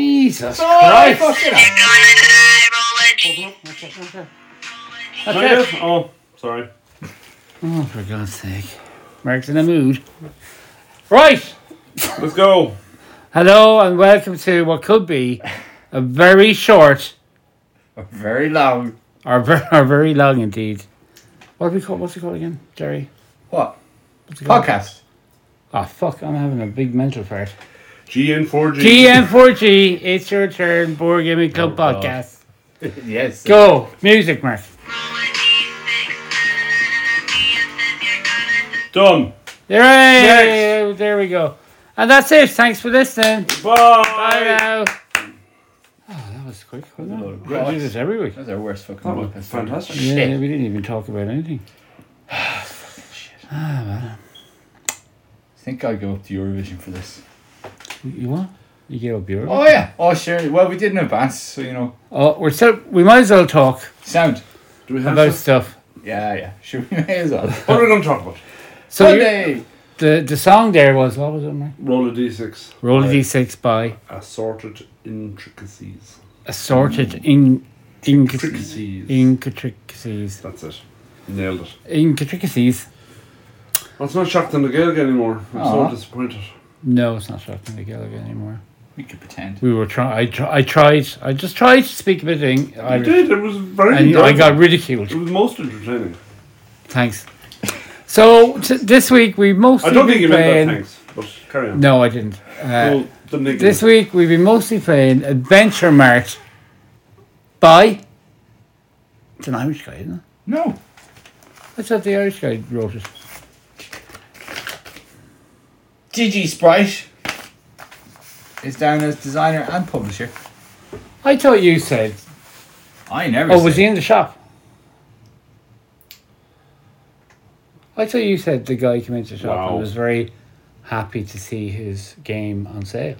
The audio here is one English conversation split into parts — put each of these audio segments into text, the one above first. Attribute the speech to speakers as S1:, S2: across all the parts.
S1: Jesus
S2: Oh,
S1: Christ.
S2: fucking hell.
S1: Okay.
S2: Oh, sorry.
S1: Oh, for God's sake. Mark's in a mood. Right.
S2: Let's go.
S1: Hello and welcome to what could be a very short
S3: Very long.
S1: or, ver- or very long indeed. What do we call? What's it called again, Jerry?
S3: What?
S1: What's it called?
S3: Podcast.
S1: Ah, fuck! I'm having a big mental fart.
S2: GN4G.
S1: GM4G, it's your turn. Board Gaming Club podcast.
S3: yes.
S1: Go music, Mark.
S2: Done.
S1: There, there we go. And that's it. Thanks for listening.
S2: Bye.
S1: Bye now. Oh, that was quick. Wasn't
S3: Lord
S1: it?
S3: Christ.
S1: We do this every week.
S3: That's our worst fucking
S2: That was
S3: podcast.
S2: fantastic.
S1: Yeah,
S3: Shit.
S1: yeah, we didn't even talk about anything.
S3: I think I'll go up to Eurovision for this.
S1: You- You what? You gave up Europe?
S3: Oh yeah. Oh sure. Well, we did in advance, so you know.
S1: Oh, we're still. We might as well talk
S3: Sound.
S2: Do we have
S1: about
S2: this?
S1: stuff.
S3: Yeah, yeah. Sure, we may as well.
S2: What are we going to talk about?
S1: So you-
S3: Sunday.
S1: the the song there was what was it, Mark?
S2: Roll a d6.
S1: Roll a
S3: Right.
S1: d6 by
S2: Assorted intricacies.
S1: assorted in intricacies.
S2: Intricacies.
S1: Intricacies.
S2: That's it. Nailed it.
S1: Intricacies.
S2: Well, it's not shocked in the Gaelic anymore. I'm
S3: Aw.
S2: so disappointed.
S1: No, it's not shocking to Gaelic anymore.
S3: We could pretend.
S1: We were trying. I, tr- I tried. I just tried to speak a bit in
S2: I
S1: Irish,
S2: did. It was very
S1: and I
S2: enjoyable.
S1: got ridiculed.
S2: It was most entertaining.
S1: Thanks. So t- this week we mostly.
S2: I don't
S1: been
S2: think you
S1: playing,
S2: meant that, thanks. But carry on.
S1: No, I didn't. Uh,
S2: Well, the nigga.
S1: this week we've been mostly playing Adventure Mart by. It's an Irish guy, isn't it?
S3: No.
S1: I thought the Irish guy wrote it.
S3: Gigi Sprite is down as designer and publisher.
S1: I thought you said.
S3: I never.
S1: Oh, was
S3: said-
S1: he in the shop? I thought you said the guy came into the shop
S2: Wow.
S1: and was very happy to see his game on sale.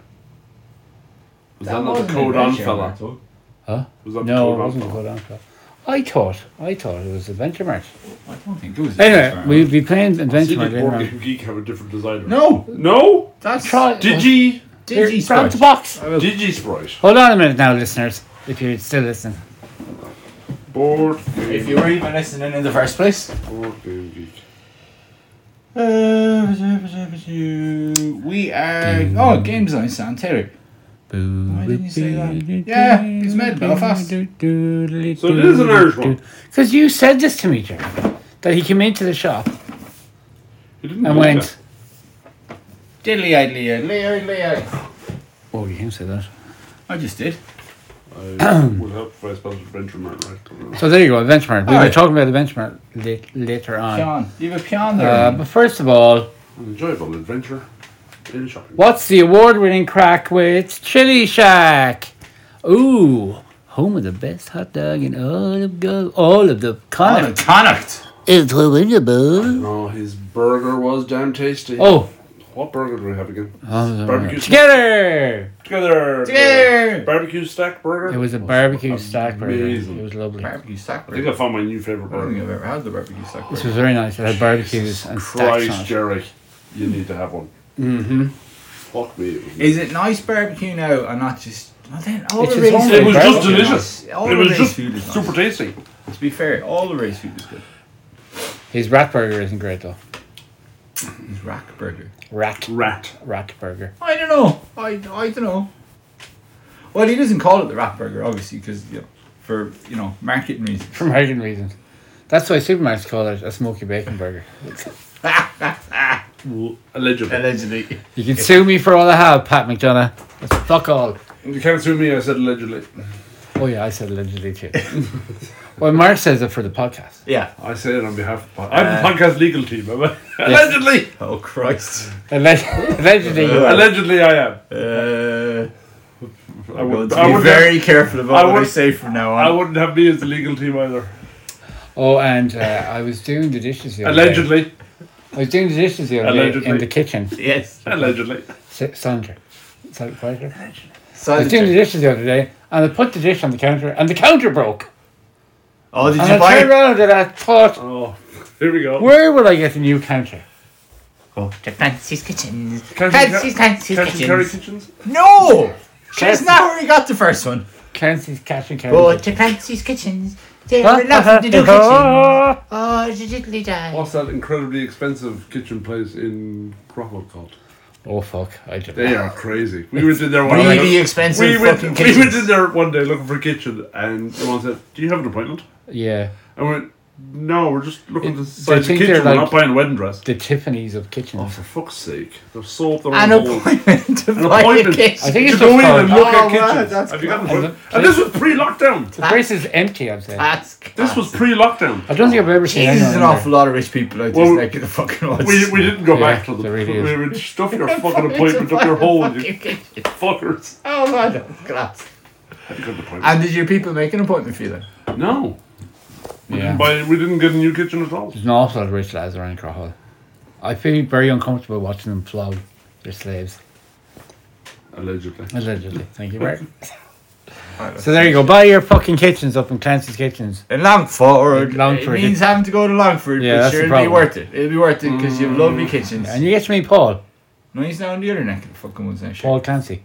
S2: was
S3: That
S2: that not the
S3: wasn't
S2: code on
S3: Adventure
S2: fella?
S3: Mart.
S1: Huh?
S2: Was that
S1: No, it
S2: the
S1: wasn't
S2: code on
S1: called Anfield. I thought, I thought it was Adventure Mart.
S3: I don't think it was.
S1: Anyway, we'll
S3: we.
S1: be playing
S2: fella?
S1: Adventure
S2: See,
S1: Mart
S2: did
S1: later
S2: Board
S1: on.
S2: Game Geek have a different designer?
S3: No.
S2: No?
S3: That's
S1: Try-
S2: Digi.
S1: Here,
S3: Gigi
S1: round
S3: Sprite.
S1: the box.
S2: Digi Sprite.
S1: Hold on a minute now, listeners, if you're still listening.
S2: Board
S3: If
S2: Game,
S3: you were even listening in the first place.
S2: Board Game Geek.
S3: Uh, we are. Oh, game design, Sam Taylor. Why didn't you say that? Yeah, he's made Belfast.
S1: So it
S2: So it is an Irish one.
S1: Because you said this to me, Jerry, that he came into the shop
S2: He didn't
S1: and
S2: do
S1: went,
S3: Diddly idly idly idly idly.
S1: Oh, you can say that.
S3: I just did.
S2: that. I will help if I spell Adventure Mart right.
S1: So there you go, benchmark. We were
S3: Alright.
S1: talking about the benchmark lit- later on.
S3: Pion. You have a pion there.
S1: Uh, but first of all,
S2: An enjoyable adventure in shopping.
S1: What's the award winning crack with Chili Shack? Ooh, home of the best hot dog in all of the, all of the
S3: on a
S1: Connacht.
S3: Connacht.
S1: It's unbelievable.
S2: No, his burger was damn tasty.
S1: Oh,
S2: What burger do we have again?
S1: oh,
S2: Barbecue
S1: alright. together!
S2: Together.
S3: Together.
S2: Barbecue stack burger.
S1: It was a barbecue stack burger.
S2: Amazing.
S1: It was lovely.
S3: Barbecue sack
S2: I think
S3: burger.
S2: I found my new favorite
S3: I don't think
S2: burger.
S3: I've ever had the barbecue sack
S1: This
S3: burger.
S1: was very nice. It had barbecues and stacks
S2: Christ,
S1: on it.
S2: Jerry, you need to have one. Mm-hmm. Fuck me. It was,
S3: Is it nice barbecue now and not just. Well, then, all
S1: It's
S3: the
S1: just
S3: race
S1: only
S2: it was just
S1: barbecue
S2: delicious.
S3: All
S2: It
S3: the
S2: was
S3: race
S2: just
S3: food is nice.
S2: super tasty.
S3: To be fair, all the race food is good.
S1: His rat burger isn't great though.
S3: It's rack burger.
S1: Rat.
S2: Rat.
S1: Rat burger.
S3: I don't know. I, I don't know. Well, he doesn't call it the rat burger, obviously, because you know, for you know marketing reasons.
S1: For marketing reasons. That's why supermarkets call it a smoky bacon burger.
S2: Allegedly.
S3: Allegedly.
S1: You can sue me for all I have, Pat McDonough. That's fuck all.
S2: you can't sue me. I said allegedly.
S1: Oh yeah, I said allegedly too. well, Mark says it for the podcast.
S3: Yeah.
S2: I say it on behalf of.
S3: Uh,
S2: Pod- I'm the podcast legal team. am I? allegedly.
S3: Oh Christ.
S1: Alleg- allegedly, you are.
S2: Allegedly, I am.
S3: Uh,
S2: I
S3: well,
S2: would.
S3: to
S2: I
S3: be
S2: would
S3: very careful about
S2: I
S3: what I
S2: would-
S3: say from now on.
S2: I wouldn't have me as the legal team either.
S1: Oh, and uh, I was doing the dishes the other day.
S2: Allegedly.
S1: I was doing the dishes the other day in
S2: Allegedly.
S1: the kitchen.
S3: yes.
S2: Allegedly.
S1: S- Sandra, is that quieter?
S3: So
S1: I was doing the dishes the other day, and I put the dish on the counter, and the counter broke.
S3: oh, did
S1: And
S3: you
S1: I
S3: buy
S1: turned
S3: it?
S1: around and I thought,
S2: Oh, here we go.
S1: where will I get a new counter?
S4: To Fancy's Kitchens.
S2: Can't you-
S4: Fancy's,
S2: can't-
S4: Fancy's
S2: can't you carry
S4: Kitchens.
S2: kitchens?
S3: No.
S5: Isn't that where he got the first one?
S1: Clancy's Cash and Carry.
S3: Go to Clancy's Kitchens. They have lots of to-do kitchens. Oh, it's a diddly die.
S2: What's that incredibly expensive kitchen place in Cromwell called?
S1: Oh fuck! I don't
S2: They are crazy. We went in there one
S3: Really
S2: day.
S3: expensive
S2: we went,
S3: fucking
S2: we went
S3: kitchens.
S2: in there one day looking for a kitchen, and someone said, "Do you have an appointment?"
S1: Yeah,
S2: And we went, "No, we're just looking to
S1: They
S2: size the
S1: think
S2: kitchen.
S1: they're
S2: we're
S1: like-
S2: not buying a wedding dress."
S1: the Tiffany's of kitchens.
S2: Oh, for fuck's sake! They're so up their
S3: An
S2: own hole.
S3: appointment to
S2: An
S3: buy a
S2: appointment.
S1: I
S3: kitchen.
S1: think
S2: To
S1: it's
S2: go
S1: just
S2: in and
S1: called,
S2: look
S3: Oh,
S2: at
S3: wow,
S2: kitchens.
S3: that's
S2: Have you got an
S1: cool.
S2: appointment?
S1: And the
S2: And this was pre-lockdown.
S1: the place is empty. I'm saying
S3: That's
S2: This was pre-lockdown.
S1: I don't think I've ever seen
S3: Jesus,
S1: anyone
S3: an
S1: in there.
S3: awful lot of rich people out
S2: Well,
S3: there like the fucking odds.
S2: We, we didn't go
S1: Yeah,
S2: back to them.
S1: there really is.
S2: we would stuff your fucking appointment up your hole, you fuckers.
S3: Oh my God, class.
S2: I think I had an appointment.
S3: And did your people make an appointment for you then?
S2: No,
S1: Yeah.
S2: but we didn't get a new kitchen at all.
S1: There's an awful lot of rich lads around Crowhall. I feel very uncomfortable watching them flog their slaves.
S2: Allegedly.
S1: Allegedly. Thank you, Bert. so there you go. Buy your fucking kitchens up in Clancy's Kitchens.
S3: In Langford,
S1: In Longford.
S3: it means having to go to Langford,
S1: Yeah,
S3: but
S1: that's the
S3: sure it'll be
S1: problem. Mm.
S3: worth it. It'll be worth it because you have lovely kitchens.
S1: And you get to meet Paul.
S3: no, he's now on the other neck of the fucking woods now. Sure.
S1: Paul Clancy.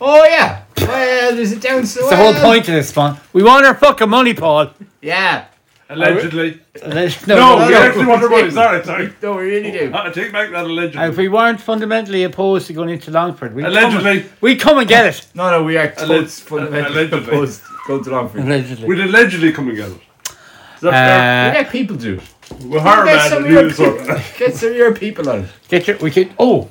S3: Oh yeah. Well, there's a down
S1: That's the whole point of this, Spawn. We want our fucking money, Paul.
S3: Yeah.
S2: Allegedly.
S1: No,
S2: No,
S1: no,
S2: we
S1: no.
S2: actually want our money. Sorry, sorry.
S3: No, we really do.
S2: I take back that
S1: And Uh, if
S2: allegedly.
S1: we weren't fundamentally opposed to going into Longford, we'd, Come,
S2: Allegedly.
S1: and- we'd come and get it.
S3: No, no, we are
S2: Alleg-
S3: totes fundamentally
S2: allegedly.
S3: opposed to go to Langford.
S1: Allegedly.
S2: We'd allegedly come and get it. Is that
S1: Uh,
S3: yeah, people do.
S2: fair? We're hard
S3: Get
S2: bad
S3: some,
S2: at
S3: of your
S2: news.
S3: people,
S2: or-
S3: get some of your people on it.
S1: get your, we could, oh,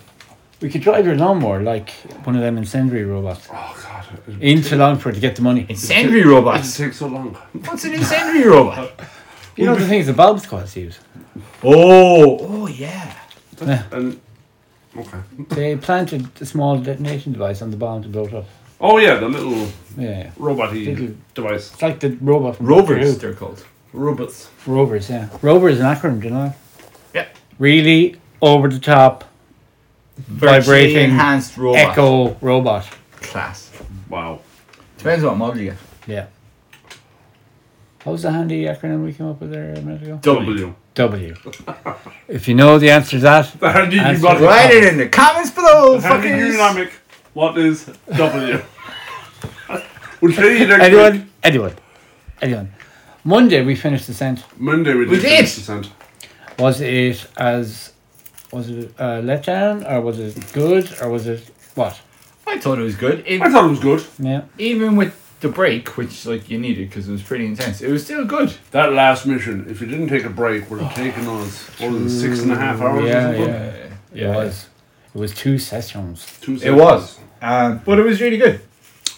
S1: we could drive your lawnmower like one of them incendiary robots
S2: Oh, God. It,
S1: into Longford to get the money.
S3: Incendiary
S2: it
S3: robots.
S2: takes so long.
S3: What's an incendiary robot?
S1: You know the things the Bob Squads use?
S3: Oh, oh yeah.
S2: And, okay.
S1: They planted a small detonation device on the bomb to blow it up.
S2: Oh, yeah, the little
S1: Yeah.
S2: robot
S1: Little-
S2: device.
S1: It's like the robot from
S3: Rovers,
S1: Doctor
S3: they're called.
S2: Robots.
S1: Who. Rovers, yeah. Rover is an acronym, do you know?
S3: Yeah.
S1: Really over the top
S3: Virtually
S1: Vibrating
S3: enhanced robot.
S1: echo robot.
S3: Class.
S2: Wow.
S3: Depends what model you get.
S1: Yeah. What was the handy acronym we came up with there a minute ago?
S2: W.
S1: W. if you know the answer to that,
S2: The handy
S1: That's
S2: mnemonic.
S1: right.
S3: Write it in the comments below.
S2: Handy
S3: Fucking
S2: mnemonic. What is W? we'll tell you next week.
S1: anyone, anyone, anyone. Monday we finished the scent.
S2: Monday we did.
S3: We did.
S2: 50%.
S1: Was it as was it a letdown or was it good or was it what?
S3: I thought it was good. It-
S2: I thought it was good.
S1: Yeah.
S3: even with the break, which like you needed because it was pretty intense, it was still good.
S2: That last mission, if you didn't take a break, would have
S3: Oh.
S2: taken us what was it, six and a half hours or
S1: Yeah,
S2: something?
S1: yeah. It was. It was two sessions.
S2: Two
S3: It
S2: seconds.
S3: was. Um, but it was really good.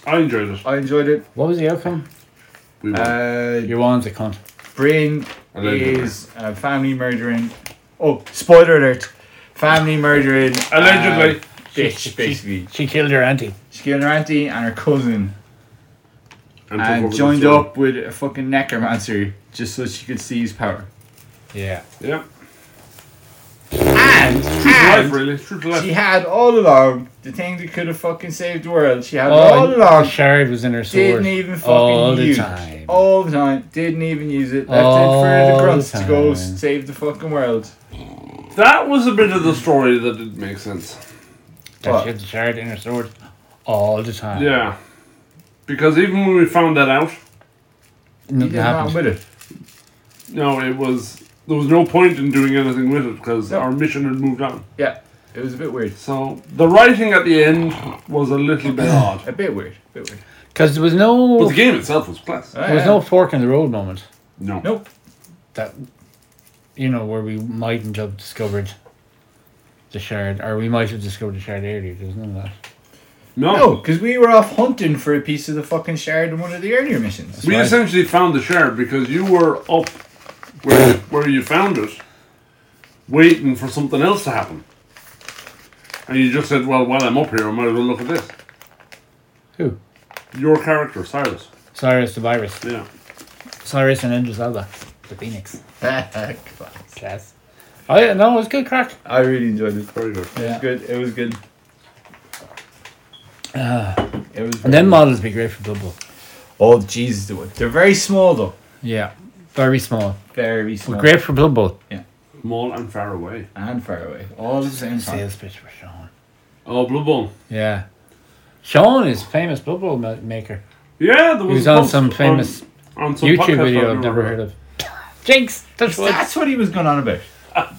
S2: I enjoyed it.
S3: I enjoyed it.
S1: What was the outcome?
S2: We won.
S3: Uh,
S1: Your one's a cunt.
S3: Brain
S2: I like it.
S3: is uh, family murdering. Oh, spoiler alert! Family murdering. uh,
S2: Allegedly.
S3: bitch, basically.
S1: She killed her auntie.
S3: She killed her auntie and her cousin
S2: And took over
S3: and
S2: the
S3: joined
S2: story.
S3: up with a fucking necromancer just so she could see his power.
S1: Yeah.
S2: Yeah.
S3: And,
S2: Life,
S3: and
S2: really. True to life.
S3: she had all along the thing that could have fucking saved the world. She had all
S1: Oh,
S3: along.
S1: and Shard was in her sword.
S3: Didn't even fucking
S1: all the
S3: use
S1: time.
S3: it. All the time. Didn't even use it. Left
S1: All
S3: it for
S1: the
S3: the grunts to go
S1: time.
S3: save the fucking world.
S2: That was a bit of the story that didn't make sense.
S1: That
S3: What?
S1: she had the shard in her sword all the time.
S2: Yeah. Because even when we found that out,
S3: He
S1: Nothing
S3: did nothing
S1: happened.
S3: with it.
S2: no, it was there was no point in doing anything with it because
S3: No.
S2: our mission had moved on.
S3: Yeah. It was a bit weird.
S2: So the writing at the end was a little bit odd,
S3: A bit weird. A bit weird.
S1: Because there was
S2: but
S1: no
S2: the game itself was class.
S3: Ah,
S1: there was
S3: yeah.
S1: no fork in the road moment.
S2: No.
S3: Nope.
S1: that you know where we mightn't have discovered the shard, or we might have discovered the shard earlier. There's none of that.
S2: No.
S3: No, because we were off hunting for a piece of the fucking shard in one of the earlier missions.
S2: We
S1: Right.
S2: essentially found the shard because you were up where where you found it, waiting for something else to happen. And you just said, "Well, while I'm up here, I might as well look at this."
S1: Who?
S2: Your character, Cyrus.
S1: Cyrus the virus.
S2: Yeah.
S1: Cyrus and Idris Elba, the Phoenix.
S3: I
S1: Class. I no, it was good crack.
S3: really enjoyed it.
S2: Very good.
S3: It was good. It was good. it was
S1: And
S3: very
S1: then
S3: good.
S1: models be great for double.
S3: Oh, Jesus. they were- They're very small, though.
S1: Yeah. Very small.
S3: Very small.
S1: But great for Blood Bowl.
S2: Small and far away.
S3: And far away. All at the same time.
S1: Sales pitch for Sean.
S2: Oh, Blood Bowl.
S1: Yeah. Sean is famous bubble ma- maker.
S2: Yeah, there was,
S1: He was
S2: a
S1: on
S2: post
S1: some famous
S2: on some
S1: YouTube
S2: podcast
S1: video
S2: I
S1: I've never
S2: remember.
S1: heard of. Jinx, touch wood.
S3: That's what he was going on about.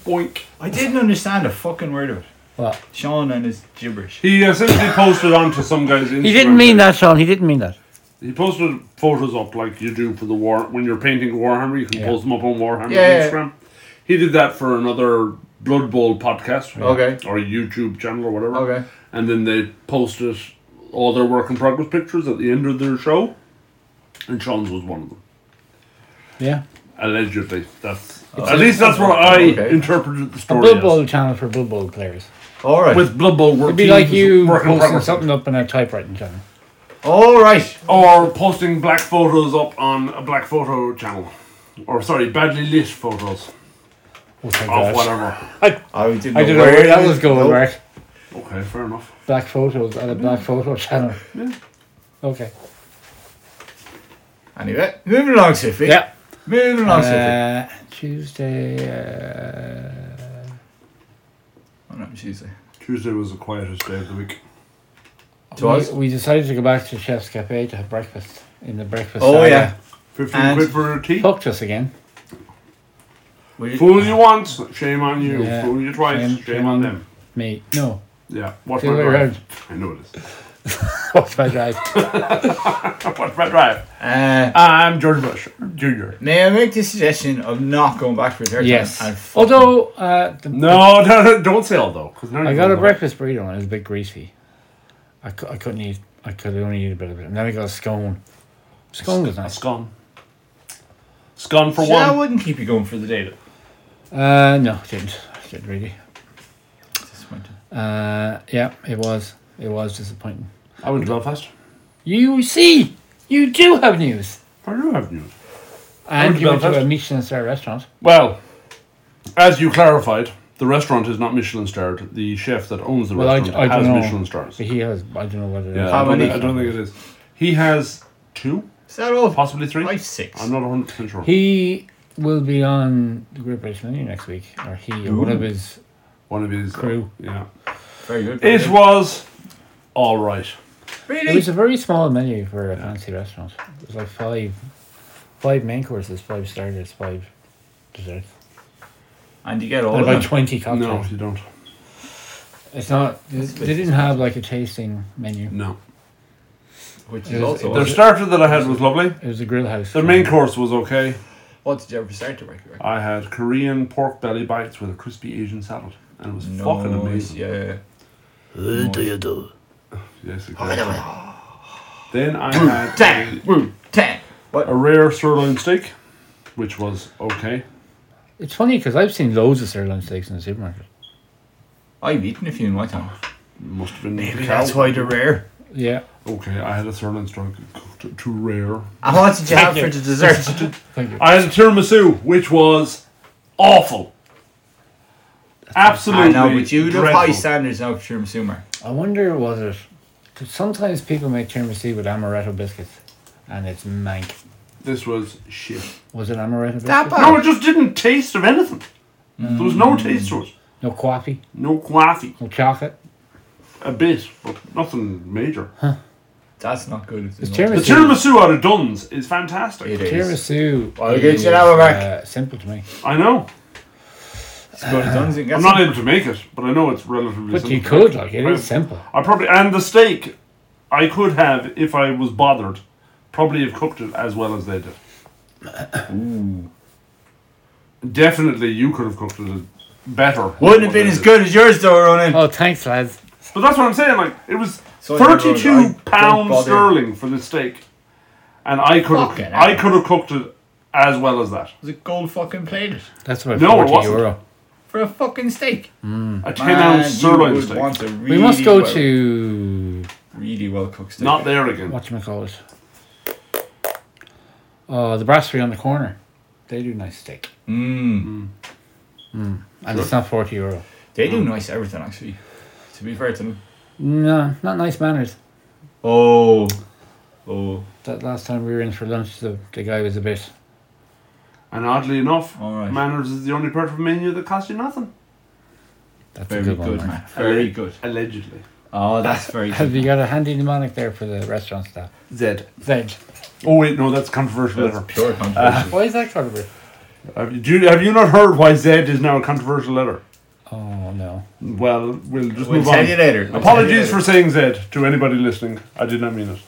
S2: Boink.
S3: I didn't understand a fucking word of it.
S1: What?
S3: Sean and his gibberish.
S2: He essentially posted onto some guy's Instagram.
S1: He didn't mean
S2: page.
S1: that, Sean. He didn't mean that.
S2: He posted photos up like you do for the war when you're painting Warhammer. You can
S1: Yeah.
S2: post them up on Warhammer
S3: Yeah, yeah.
S2: Instagram. He did that for another Blood Bowl podcast,
S3: Okay.
S2: or YouTube channel or whatever.
S3: Okay.
S2: and then they posted all their work in progress pictures at the end of their show, and Sean's was one of them.
S1: Yeah.
S2: Allegedly, that's at least that's what I
S3: Okay.
S2: interpreted the
S1: A
S2: story.
S1: Blood
S2: as.
S1: Bowl channel for Blood Bowl players.
S3: All right.
S2: With Blood Bowl work
S1: It'd be
S2: teams
S1: like you
S2: work in
S1: posting
S2: progress.
S1: something up in a typewriting channel.
S3: All right.
S2: or posting black photos up on a black photo channel, or sorry, badly lit photos
S1: Oh, thank
S2: of
S1: God.
S2: whatever.
S3: I didn't
S1: I don't know where that was going,
S3: Nope. Mm.
S1: Mark.
S2: Okay, fair enough.
S1: Black photos on a black photo channel. Okay.
S3: Anyway, moving along, Sophie.
S1: Yeah.
S3: Moving along, Sophie.
S1: Uh, Tuesday. Uh,
S3: Oh, no, Tuesday.
S2: Tuesday was the quietest day of the week.
S3: To us.
S1: we, we decided to go back to Chef's Cafe to have breakfast in the breakfast.
S3: Oh,
S1: area.
S3: yeah.
S2: Fifteen
S3: And-
S2: quid for a tea.
S1: Fucked us again.
S3: We did-
S2: Fool you once, shame on you.
S1: Yeah.
S2: Fool you twice,
S1: Shame-
S2: shame,
S1: shame
S2: on
S1: on
S2: them.
S1: Me. No.
S2: Yeah, watch
S1: The
S2: my
S1: other way
S2: drive.
S1: around.
S2: I know it is.
S1: What's my drive?
S2: Watch my drive.
S3: Uh,
S2: I'm George Bush Junior.
S3: may I make the suggestion of not going back for a third
S1: yes.
S3: time? and fucking-
S1: Although, uh, the,
S2: No, no, no, don't say although. Cause now
S1: I
S2: you
S1: got a
S2: know.
S1: breakfast burrito and it was a bit greasy. I, cou- I couldn't eat. I could only eat a bit of it. And then I got a scone. Scone was
S2: A
S1: nice.
S2: scone. Scone for
S3: See, that
S2: one.
S3: wouldn't keep you going for the day, though.
S1: Uh, no, didn't. Didn't really.
S3: Disappointing.
S1: Uh, yeah, it was. It was disappointing.
S2: I went to Belfast.
S1: You see, you do have news.
S2: I do have news. went
S1: And
S2: to
S1: you went to a
S2: Belfast.
S1: Michelin star restaurant.
S2: Well, as you clarified, the restaurant is not Michelin starred. The chef that owns the
S1: Well, I-
S2: restaurant
S1: I don't
S2: has
S1: know.
S2: Michelin stars.
S1: But he has. I don't know what it is.
S2: Yeah,
S3: How
S2: I don't,
S3: many?
S2: think, I don't think it is. He has two,
S3: Is that all?
S2: possibly three.
S3: Five, six.
S2: I'm not 100 percent sure.
S1: He will be on the Great British Menu next week, or he or one of
S3: Ooh.
S1: his
S2: One of his
S1: crew.
S2: Yeah,
S3: Very good. very
S2: it
S3: good.
S2: was all right.
S1: It
S3: really?
S1: was a very small menu for a fancy restaurant. It was like five, five main courses, five starters, five desserts,
S3: and you get all
S1: and
S3: of
S1: about
S3: them.
S1: twenty
S2: No,
S1: cocktails.
S2: you don't.
S1: It's not. They, they didn't have like a tasting menu.
S2: No.
S3: Which
S1: It
S3: is
S1: was-
S3: also.
S2: Their starter that I had was lovely.
S1: It was a grill house.
S2: Their main course was okay.
S3: What did you ever start to work with?
S2: I had Korean pork belly bites with a crispy Asian salad, and it was
S3: Nice,
S2: fucking amazing.
S3: Yeah.
S2: Yes, exactly. Then I had
S3: Woo, ten.
S2: a, a rare sirloin steak, which was okay.
S1: It's funny because I've seen loads of sirloin steaks in the supermarket.
S3: I've eaten a few in my time.
S2: Must have been
S3: Maybe
S2: cow.
S3: that's why they're rare.
S1: Yeah.
S2: Okay, I had a sirloin steak cooked to rare.
S3: And what did you have
S1: you.
S3: for the dessert?
S1: Thank you.
S2: I had a tiramisu, which was awful. Absolutely.
S3: I know, but you have high
S2: dreadful.
S3: standards now for tiramisu, Mark.
S1: I wonder was it? 'cause sometimes people make tiramisu with amaretto biscuits, and it's mank.
S2: This was shit.
S1: Was it amaretto biscuits?
S3: That bad.
S2: No, it just didn't taste of anything. There was
S3: Mm.
S2: no taste to it.
S1: No coffee.
S2: No coffee.
S1: No chocolate.
S2: A bit, but nothing major.
S3: That's not good. if there's
S1: It's
S3: no-
S2: The
S1: tiramisu.
S2: tiramisu out of Dunn's is fantastic.
S3: It is.
S1: Tiramisu.
S3: Well, you can
S1: is,
S3: sit down, Mark.
S1: uh, Simple to me.
S2: I know.
S3: It's good. Dun's and
S2: I'm
S3: gets
S2: not
S3: it.
S2: able to make it, but I know it's relatively
S1: But
S2: simple.
S1: you could, like, it
S2: Right.
S1: is simple.
S2: I probably and the steak I could have if I was bothered, probably have cooked it as well as they did. Definitely you could have cooked it better. than
S3: Wouldn't
S2: what
S3: have been
S2: they
S3: as
S2: did.
S3: good as yours, though, Ronan.
S1: Oh, thanks, lads.
S2: But that's what I'm saying, like it was
S3: So I
S2: thirty
S3: don't- I
S2: two
S3: don't
S2: pounds
S3: bother.
S2: sterling for the steak. And I could
S3: Fucking
S2: have
S3: hell.
S2: I could have cooked it as well as that.
S3: was a gold fucking plate
S1: That's about
S2: No, it
S1: 40
S2: wasn't.
S1: euro.
S3: for a fucking steak.
S2: A ten ounce sirloin steak.
S3: Want a really
S1: We must go
S3: well,
S1: to.
S3: really well cooked steak.
S2: Not there again.
S1: Whatchamacallit? Oh, the brasserie on the corner. They do nice steak.
S3: Mm.
S1: And it's not 40 euro.
S3: They
S2: Mm.
S3: do nice everything actually. To be fair to them.
S1: No, not nice manners.
S3: Oh, oh,
S1: That last time we were in for lunch, the, the guy was a bit.
S2: And oddly enough,
S3: All right.
S2: manners is the only part of a menu that costs you nothing.
S1: That's
S3: very
S1: a good
S3: good,
S1: one. Mark.
S3: man. Very good.
S2: Allegedly.
S3: Oh, that's very
S1: Have
S3: good.
S1: you got a handy mnemonic there for the restaurant staff?
S2: Zed.
S1: Zed.
S2: Oh wait, no, that's controversial.
S3: That's
S2: letter.
S1: Uh,
S3: pure controversy.
S1: Why is that controversial?
S2: Have you, do you- have you not heard why Zed is now a controversial letter?
S1: Oh no.
S2: Well, we'll just
S3: We'll
S2: move
S3: tell
S2: on.
S3: you later. We'll tell you
S2: Apologies
S3: later.
S2: for saying Zed to anybody listening. I did not mean it.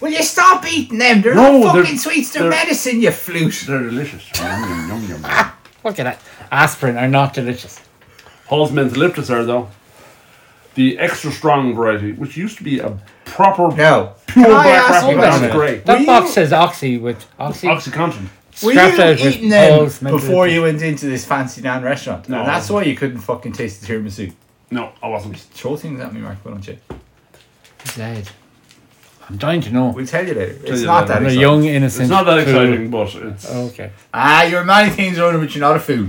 S3: Will you stop eating them? They're
S2: No,
S3: not
S2: they're-
S3: fucking sweets. They're,
S2: they're-
S3: medicine, you flute.
S2: They're delicious. yum, yum, yum, yum.
S1: Look at that. Aspirin are not delicious.
S2: Hall's mentholyptus are though the extra strong variety, which used to be a proper
S3: No.
S1: Oh,
S3: Can
S2: pure
S3: I
S2: black
S3: ask
S2: wrapping
S3: you
S2: around
S3: something?
S2: grey.
S1: That
S3: Will
S1: box
S3: you-
S1: says Oxy with Oxy.
S2: OxyContin.
S3: Were
S1: Strapped
S3: you
S1: out with
S3: eating them
S1: balls meant to
S3: before
S1: be-
S3: you went into this fancy nan restaurant?
S2: No.
S3: And that's why you couldn't fucking taste the tiramisu.
S2: No, I wasn't.
S3: Throw things at me, Mark, why don't you?
S1: Zed. I'm dying to know.
S3: We'll tell you later.
S2: you
S3: it's not
S2: later.
S3: that
S1: I'm a
S3: exciting.
S1: young innocent.
S2: It's not that
S1: fool.
S2: exciting, but it's
S1: Okay.
S3: Ah, you're many things, Ronan, but you're not a fool.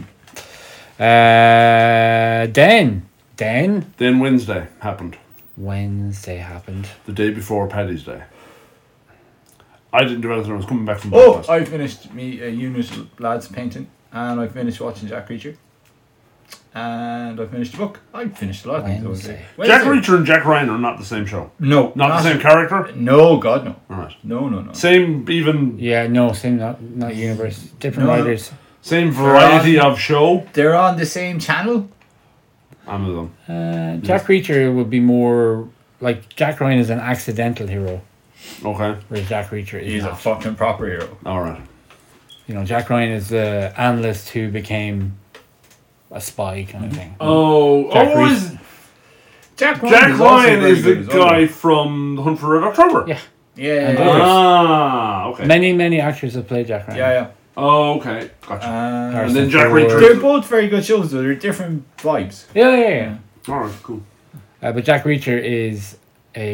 S1: Uh, then then
S2: then Wednesday happened.
S1: Wednesday happened.
S2: the day before Paddy's Day. I didn't do anything. I was coming back from
S3: Oh,
S2: breakfast.
S3: I finished me uh, Eunice Lads painting, and I finished watching Jack Reacher, and I finished the book. I finished a lot of things. I would say.
S2: Jack
S3: Wednesday.
S2: Reacher and Jack Ryan are not the same show.
S3: No,
S2: Not, the same character.
S3: No, God, no,
S2: All right.
S3: no, no, no.
S2: Same even
S1: Yeah, no, same not not universe. Different
S3: No, no.
S1: writers.
S2: same variety of show.
S3: They're on the same channel.
S2: I'm with them.
S1: Uh, Jack Reacher would be more like Jack Ryan is an accidental hero,
S2: Okay.
S1: whereas Jack Reacher is
S3: He's a
S1: not.
S3: fucking proper hero.
S2: All right.
S1: you know Jack Ryan is the analyst who became a spy kind
S3: Mm-hmm.
S1: of thing.
S2: Oh,
S1: Jack
S2: oh,
S1: Reacher.
S2: is-
S3: Jack
S2: Jack
S3: also
S2: Ryan
S3: very
S2: is the
S3: good as well.
S2: guy from The Hunt for Red October.
S1: Oh. Yeah.
S3: Yeah,
S1: And
S3: yeah,
S1: others.
S3: yeah.
S2: Ah, okay.
S1: Many many actors have played Jack Ryan.
S3: yeah,
S2: oh, okay. Gotcha.
S3: yeah.
S1: Uh,
S3: Uh,
S1: Harrison
S2: and then Jack
S1: Ford.
S2: Reacher.
S3: they're both very good shows, though. They're different vibes.
S1: Yeah, yeah, yeah.
S2: All right. Cool.
S1: Uh, but Jack Reacher is a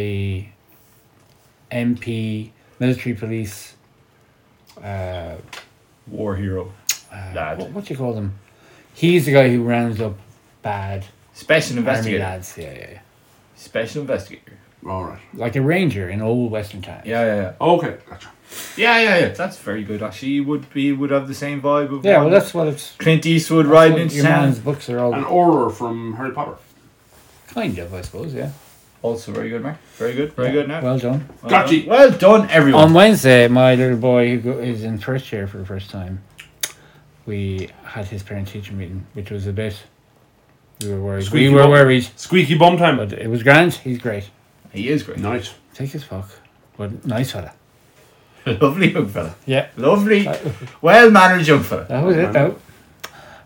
S1: MP, military police. Uh,
S3: War hero,
S1: what,
S2: Ah,
S3: lad,
S1: what do you call them? He's the guy who rounds up bad
S3: special
S1: army
S3: investigator,
S1: lads. Yeah, yeah, yeah.
S3: special investigator.
S2: All right.
S1: Like a ranger in old western times.
S3: Yeah, yeah, yeah.
S2: Okay. Gotcha.
S3: Yeah, yeah, yeah. That's very good. Actually, he would be would have the same vibe of
S1: Yeah, well,
S3: one-
S1: that's what it's.
S3: Clint Eastwood
S1: That's
S3: riding
S1: what
S3: into
S1: your man's
S3: town.
S1: books are all
S2: An auror from Harry Potter.
S1: kind of, I suppose. Yeah.
S3: Also very good, Mark. Very good. Very
S1: Yeah.
S3: good. Now.
S1: Well done.
S3: Well Um,
S2: Got
S3: done.
S2: you.
S3: Well done, everyone.
S1: On Wednesday, my little boy who go- is in first year for the first time, we had his parent teacher meeting, which was a bit. We were worried.
S2: Squeaky
S1: we were
S2: bum.
S1: worried,
S2: Squeaky bum time.
S1: but it was grand. He's great.
S3: he is great.
S2: Nice.
S1: Thick as fuck. But nice fella.
S3: Lovely young fella.
S1: Yeah.
S3: Lovely, well mannered young fella.
S1: That was it though.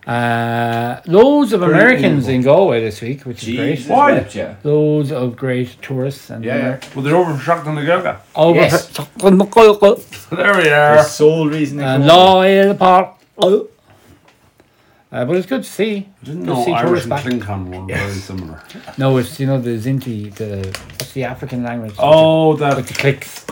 S1: Uh, loads of Americans in Galway this week, which is great.
S3: Jesus
S2: Why?
S3: wept ya.
S1: Loads of great tourists and
S3: Yeah, yeah.
S1: Amer-
S2: Well, they're overshot on the Gaga.
S1: over
S3: Yes.
S2: There we
S3: The
S2: are.
S3: sole reason they
S1: and
S3: come over.
S1: Uh, loyal part. Uh, but it's good to see.
S2: Didn't
S1: Good
S2: know
S1: to see
S2: Irish
S1: tourists
S2: and
S1: back.
S2: Klingon were very similar.
S1: No, it's you know the Zinti, the what's the African language?
S2: Oh,
S1: with
S2: that.
S1: the clicks.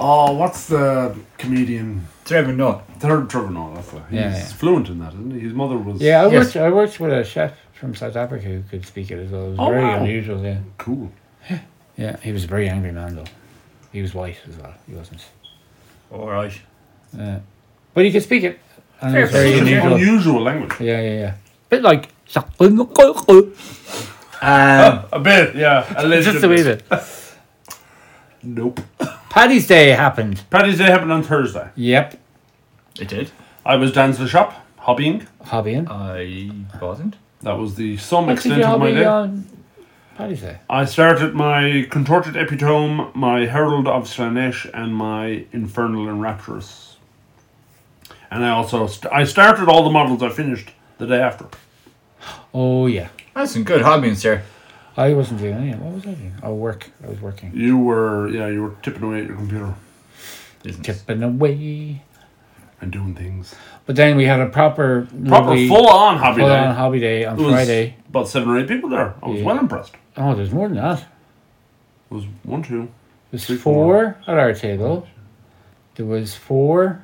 S2: Oh, what's the comedian?
S3: Trevor Noah.
S2: Third Trevor Noah. That's the, he's
S1: Yeah, yeah.
S2: fluent in that, isn't he? His mother was.
S1: Yeah, I
S3: Yes.
S1: worked. I worked with a chef from South Africa who could speak it as well. It was
S2: Oh,
S1: very
S2: wow.
S1: unusual. Yeah.
S2: Cool.
S1: Yeah, he was a very angry man though. He was white as well. He wasn't.
S3: All right.
S1: Uh, but he could speak it. And it was
S3: Fair
S1: very
S2: Such an
S1: unusual.
S2: unusual language.
S1: Yeah, yeah, yeah. Bit like uh,
S3: Um,
S2: A bit, yeah. A little
S1: just a wee bit.
S2: Nope.
S1: Paddy's Day happened.
S2: Paddy's Day happened on Thursday.
S1: Yep.
S3: it did.
S2: I was down to the shop, hobbying.
S1: Hobbying.
S3: I wasn't.
S2: That was the some
S1: What did
S2: extent
S1: you
S2: of my
S1: hobby
S2: day.
S1: on um, Paddy's Day?
S2: I started my contorted epitome, my herald of Slanesh, and my infernal and rapturous. And I also st- I started all the models I finished the day after.
S1: Oh yeah.
S3: That's some good hobbying, sir.
S1: I wasn't doing anything. What was I doing? Oh, work. I was working.
S2: You were yeah, you were tipping away at your computer
S3: Isn't it?
S1: Tipping away.
S2: and doing things.
S1: But then we had a proper,
S2: Proper
S1: lovely
S2: full on hobby
S1: full-on
S2: day.
S1: hobby day on
S2: There was
S1: Friday.
S2: About seven or eight people there. I was
S1: Yeah.
S2: well impressed. It
S1: Oh, there's more than that.
S2: was one, two.
S1: There was
S2: Three,
S1: four at our table. There was four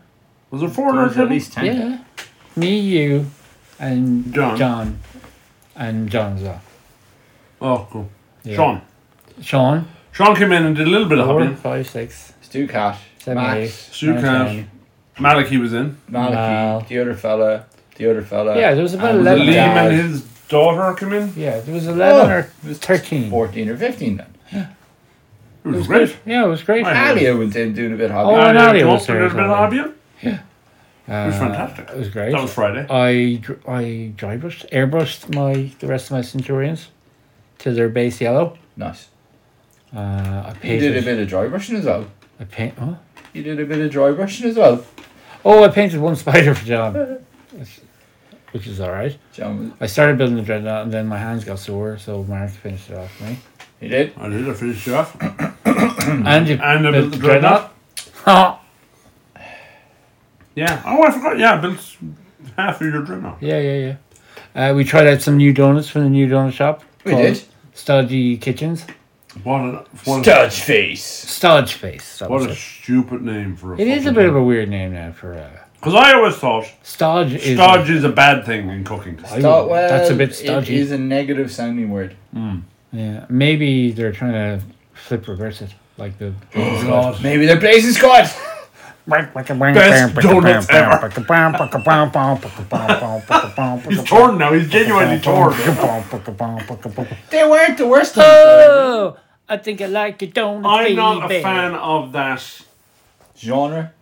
S2: Was there
S3: There
S2: four in our
S3: was at
S2: table?
S3: least ten.
S1: Yeah. Me, you, and
S2: John.
S1: John. And John as well.
S2: Oh, cool.
S1: Yeah.
S2: Sean.
S1: Sean.
S2: Sean came in and did a little bit of
S1: Four,
S2: hobbying.
S1: five, six,
S3: Stu Cash.
S1: seven, eight,
S3: Max.
S2: Stu
S1: nine,
S2: Cash.
S1: ten.
S2: Maliki was in.
S3: Maliki.
S1: Mal.
S3: The other fella. The other fella.
S1: Yeah, there was about
S3: and
S1: 11.
S2: Liam
S3: Dad.
S2: and his daughter come in.
S1: Yeah, there was 11 or
S3: it was
S1: 13.
S3: 14 Oh. or 15 then.
S2: It was great.
S1: Yeah, it was great.
S2: Right.
S3: Alia was then doing a bit hobby.
S1: Oh, and Nadia
S2: Nadia
S1: was
S2: Cope and
S1: there
S2: a
S1: as
S2: bit of
S1: well.
S2: Nadia.
S1: Uh,
S2: It was fantastic.
S1: It was great. Oh.
S2: That was Friday.
S1: I dr- I drybrushed, airbrushed my the rest of my Centurions to their base yellow.
S3: Nice.
S1: Uh, I
S3: You
S1: painted.
S3: did a bit of dry brushing as well.
S1: I paint. Huh?
S3: You did a bit of dry brushing as well.
S1: Oh, I painted one spider for John, which- which is all right.
S3: John,
S1: I started building the dreadnought, and then my hands got sore, so Mark finished it off for me.
S3: you did.
S2: I did. I finished it off.
S1: And you
S2: And I
S1: built
S2: built the dreadnought.
S1: dreadnought?
S2: Yeah. Oh, I forgot. Yeah, I built half of your dreadnought.
S1: yeah, yeah, yeah. Uh, we tried out some new donuts from the new donut shop.
S3: We
S1: called
S3: did.
S1: Stodgy Kitchens.
S2: What a what a,
S3: Dodge face.
S1: Stodge Face. that was
S2: what a
S1: it.
S2: stupid name for a.
S1: It is a bit of a weird name now for uh,
S2: Because I always thought
S1: Stodge. Is
S2: stodge is a bad thing in cooking.
S1: I-
S3: Sto- well,
S1: that's a bit
S3: It
S1: stodgy.
S3: is a negative sounding word.
S1: Yeah, maybe they're trying to flip reverse it, like the
S2: Oh, God.
S3: Maybe they're blazing squad.
S1: best
S2: donuts ever. He's torn now. He's genuinely torn.
S3: They weren't the worst ones.
S1: Oh,
S3: though.
S1: I think I like your donut.
S2: I'm not a
S1: baby.
S2: fan of that
S3: Genre.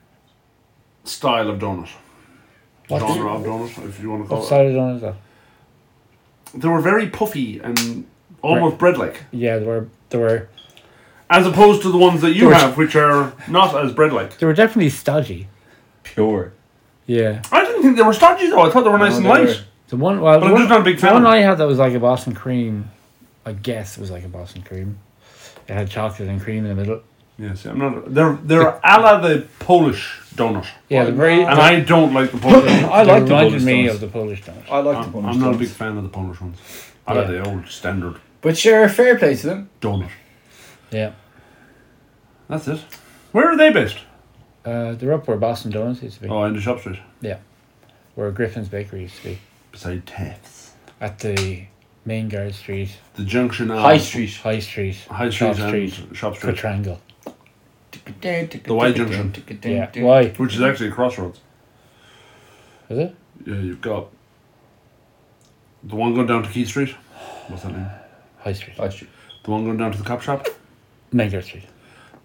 S2: style of donut.
S1: What do
S2: Genre
S1: you-
S2: of donut, if you want to
S1: What
S2: call it.
S1: side of donuts? though?
S2: They were very puffy and almost bread-like,
S1: Yeah, there were there were
S2: as opposed to the ones that you
S1: There was-
S2: have, which are not as bread-like.
S1: there were definitely stodgy.
S3: Pure.
S1: Yeah,
S2: I didn't think they were stodgy though. I thought they were nice and
S3: they were.
S2: light.
S1: the one well, the
S2: I'm
S1: one,
S2: just not a big
S1: the one
S2: fan.
S1: I had that was like a Boston cream. I guess it was like a Boston cream. It had chocolate and cream in the middle.
S2: Yes, I'm not. They're they're a la the Polish donut,
S1: Yeah, the very.
S2: and I don't like the Polish. donut.
S3: I
S1: they
S3: like the
S1: reminded
S3: Polish
S1: me
S3: donuts.
S1: of the Polish donut.
S3: I like the
S2: I'm,
S3: bonus
S2: I'm not a
S3: donuts.
S2: big fan of the Polish ones. I like
S1: Yeah.
S2: the old standard
S3: But sure, fair play to them.
S2: donut.
S1: Yeah.
S2: That's it. Where are they based?
S1: Uh, they're up where Boston Donuts used to be,
S2: Oh, in the shop street
S1: where Griffin's Bakery used to be,
S2: beside Tef's.
S1: at the main guard street,
S2: The junction of
S3: High Street.
S1: High Street,
S2: High Street
S1: Shop
S2: and
S1: Street,
S2: Shop Street,
S1: Quadrangle.
S3: The
S2: Y junction.
S1: Yeah. Why?
S2: which is actually a crossroads.
S1: Is it?
S2: Yeah, you've got the one going down to Key Street. What's that name?
S1: High Street.
S3: High Street.
S2: The one going down to the cop shop.
S1: Main guard street.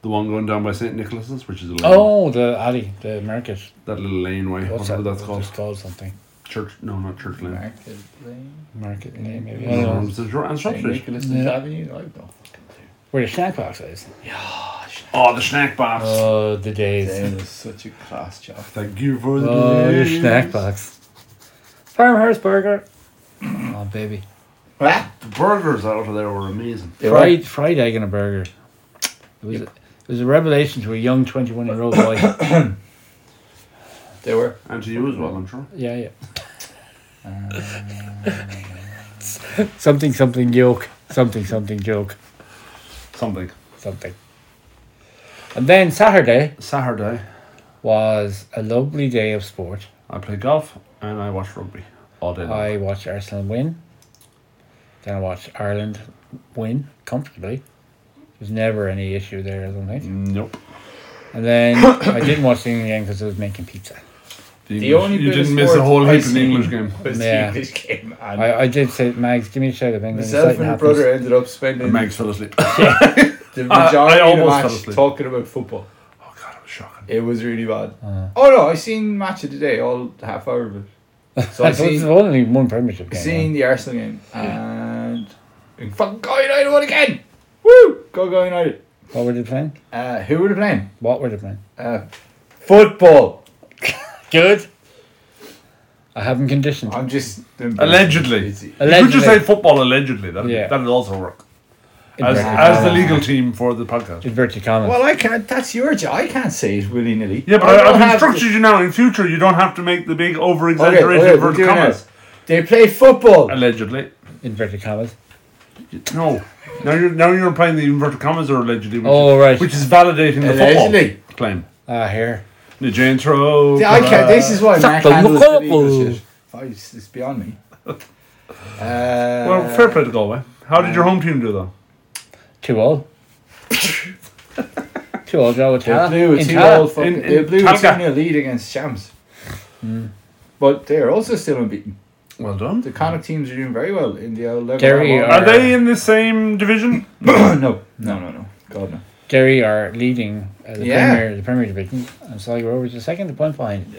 S2: The one going down by St. Nicholas's, which is a lane.
S1: Oh, the alley, the market.
S2: That little laneway,
S1: What's
S2: whatever
S1: that?
S2: that's called.
S1: It's called something.
S2: Church, no, not Church Lane.
S3: Market Lane.
S1: Market name, maybe. I
S2: No,
S1: don't
S2: it
S1: know.
S2: was the Dro- and Shop
S3: St.
S2: Street.
S3: Nicholas
S1: Yeah.
S3: Avenue. I don't fucking do.
S1: Where the snack box is.
S2: Oh, the snack box.
S1: Oh, the days.
S3: That was such a class job.
S2: Thank you for the
S1: Oh, the
S2: days.
S1: snack box. Farmhouse burger. Oh, baby.
S3: What?
S2: The burgers out of there were amazing.
S1: Fried, fried egg and a burger. It was, a, it was a revelation to a young 21 year old boy.
S3: They were.
S2: And to you as well, I'm sure.
S1: Yeah, yeah. Uh, something, something yoke. Something, something joke.
S2: Something.
S1: Something. And then Saturday
S2: Saturday,
S1: was a lovely day of sport.
S2: I played golf and I watched rugby all day long.
S1: I watched Arsenal win. Then I watched Ireland win comfortably. There's never any issue there, I don't think.
S2: Nope.
S1: And then I didn't watch the England game because I was making pizza.
S2: The,
S3: only
S2: you
S3: bit of
S2: didn't miss a
S3: sport
S2: whole
S3: I
S2: heap in the
S3: see.
S2: English game.
S3: Was
S1: Yeah.
S3: the English game. And
S1: I, I did say, Mags, give me a shout of England.
S3: myself and
S1: Exciting
S3: my
S1: happens."
S3: brother ended up spending
S2: Mags fell asleep. Oh,
S3: the
S2: I- I
S3: majority of the
S2: almost fell
S3: match
S2: asleep.
S3: talking about football.
S2: Oh god, it was shocking.
S3: It was really bad.
S1: Uh.
S3: oh no, I seen match of the day, all half hour of it. So I
S1: That's it's
S3: seen
S1: only one premiership game.
S3: seen the Arsenal game and and fucking go United won again. Woo! Go go United.
S1: right? What were they playing?
S3: Uh, who were they playing?
S1: What were they playing?
S3: Uh, football.
S1: Good. I haven't conditioned.
S3: I'm just
S2: Allegedly.
S3: It's-
S2: You could
S1: Allegedly.
S2: just say football allegedly. That'd,
S1: Yeah.
S2: that'd also work. As,
S1: Inverted
S2: as the
S1: commas.
S2: legal team for the podcast.
S1: Inverted commas.
S3: Well, I can't. That's your job. I can't say it willy nilly.
S2: Yeah, but I, I've instructed you now. In future, you don't have to make the big over
S3: Okay,
S2: exaggeration
S3: okay, we're
S2: inverted
S3: doing
S2: commas.
S3: it. They play football.
S2: Allegedly,
S1: Inverted commas.
S2: no. Now you're now you're implying the inverted commas are allegedly, which,
S1: Oh,
S2: is,
S1: right.
S2: which is validating the
S3: Allegedly.
S2: football claim.
S1: Ah, here.
S2: The Jane throw. uh,
S3: See, I can't. This is why Mac
S1: Suck the
S3: handles the legal
S1: football.
S3: shit. Oh, it's, it's beyond me. Uh,
S2: well, fair play to Galway. How did your home team do though?
S1: Too old. Too old, Joe.
S3: They
S1: Tala.
S3: blew a
S1: In
S3: two
S1: Tala.
S3: all fucking.
S2: in-
S3: They blew a two
S2: Talca.
S3: Hmm. nil lead against Shams. But they're also still unbeaten.
S2: Well done.
S3: The Connacht teams are doing very well in the old level.
S1: Derry
S3: Well,
S1: are-
S6: Are they in the same division?
S3: no, no, no, no. God, no.
S1: Derry are leading uh, the
S3: Yeah.
S1: Premier the Premier Division, and Sligo Rovers are second, a point behind.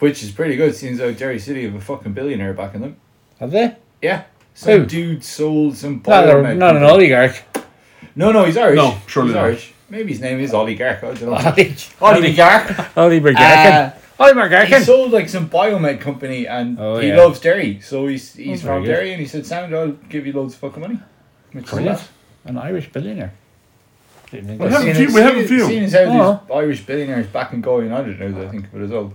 S3: Which is pretty good. Seems like Derry City have a fucking billionaire backing them.
S1: Have they?
S3: Yeah. Some
S1: Who?
S3: dude sold some.
S1: Not,
S3: Boilermaker.
S1: a, not an oligarch.
S3: No, no, he's Irish.
S2: No, surely
S3: he's
S2: not.
S3: Irish. Maybe his name is Oligarch. I don't know. Uh,
S1: Ollie
S3: Oligarch.
S1: McGarkin. Ollie
S3: He
S1: McGarkin.
S3: sold like some biomed company, and
S1: Oh,
S3: he
S1: yeah.
S3: loves Derry, so he's he's
S1: Oh, very
S3: from
S1: good.
S3: Derry, and he said, "Sound, I'll give you loads of fucking money." Which
S1: Brilliant.
S3: is
S1: An Irish billionaire. Didn't think
S2: We
S1: that-
S2: have a few- we have a few. Uh-huh.
S3: Seeing as how
S1: Oh.
S3: there's Irish billionaires back in Go United now, that I think of it as well.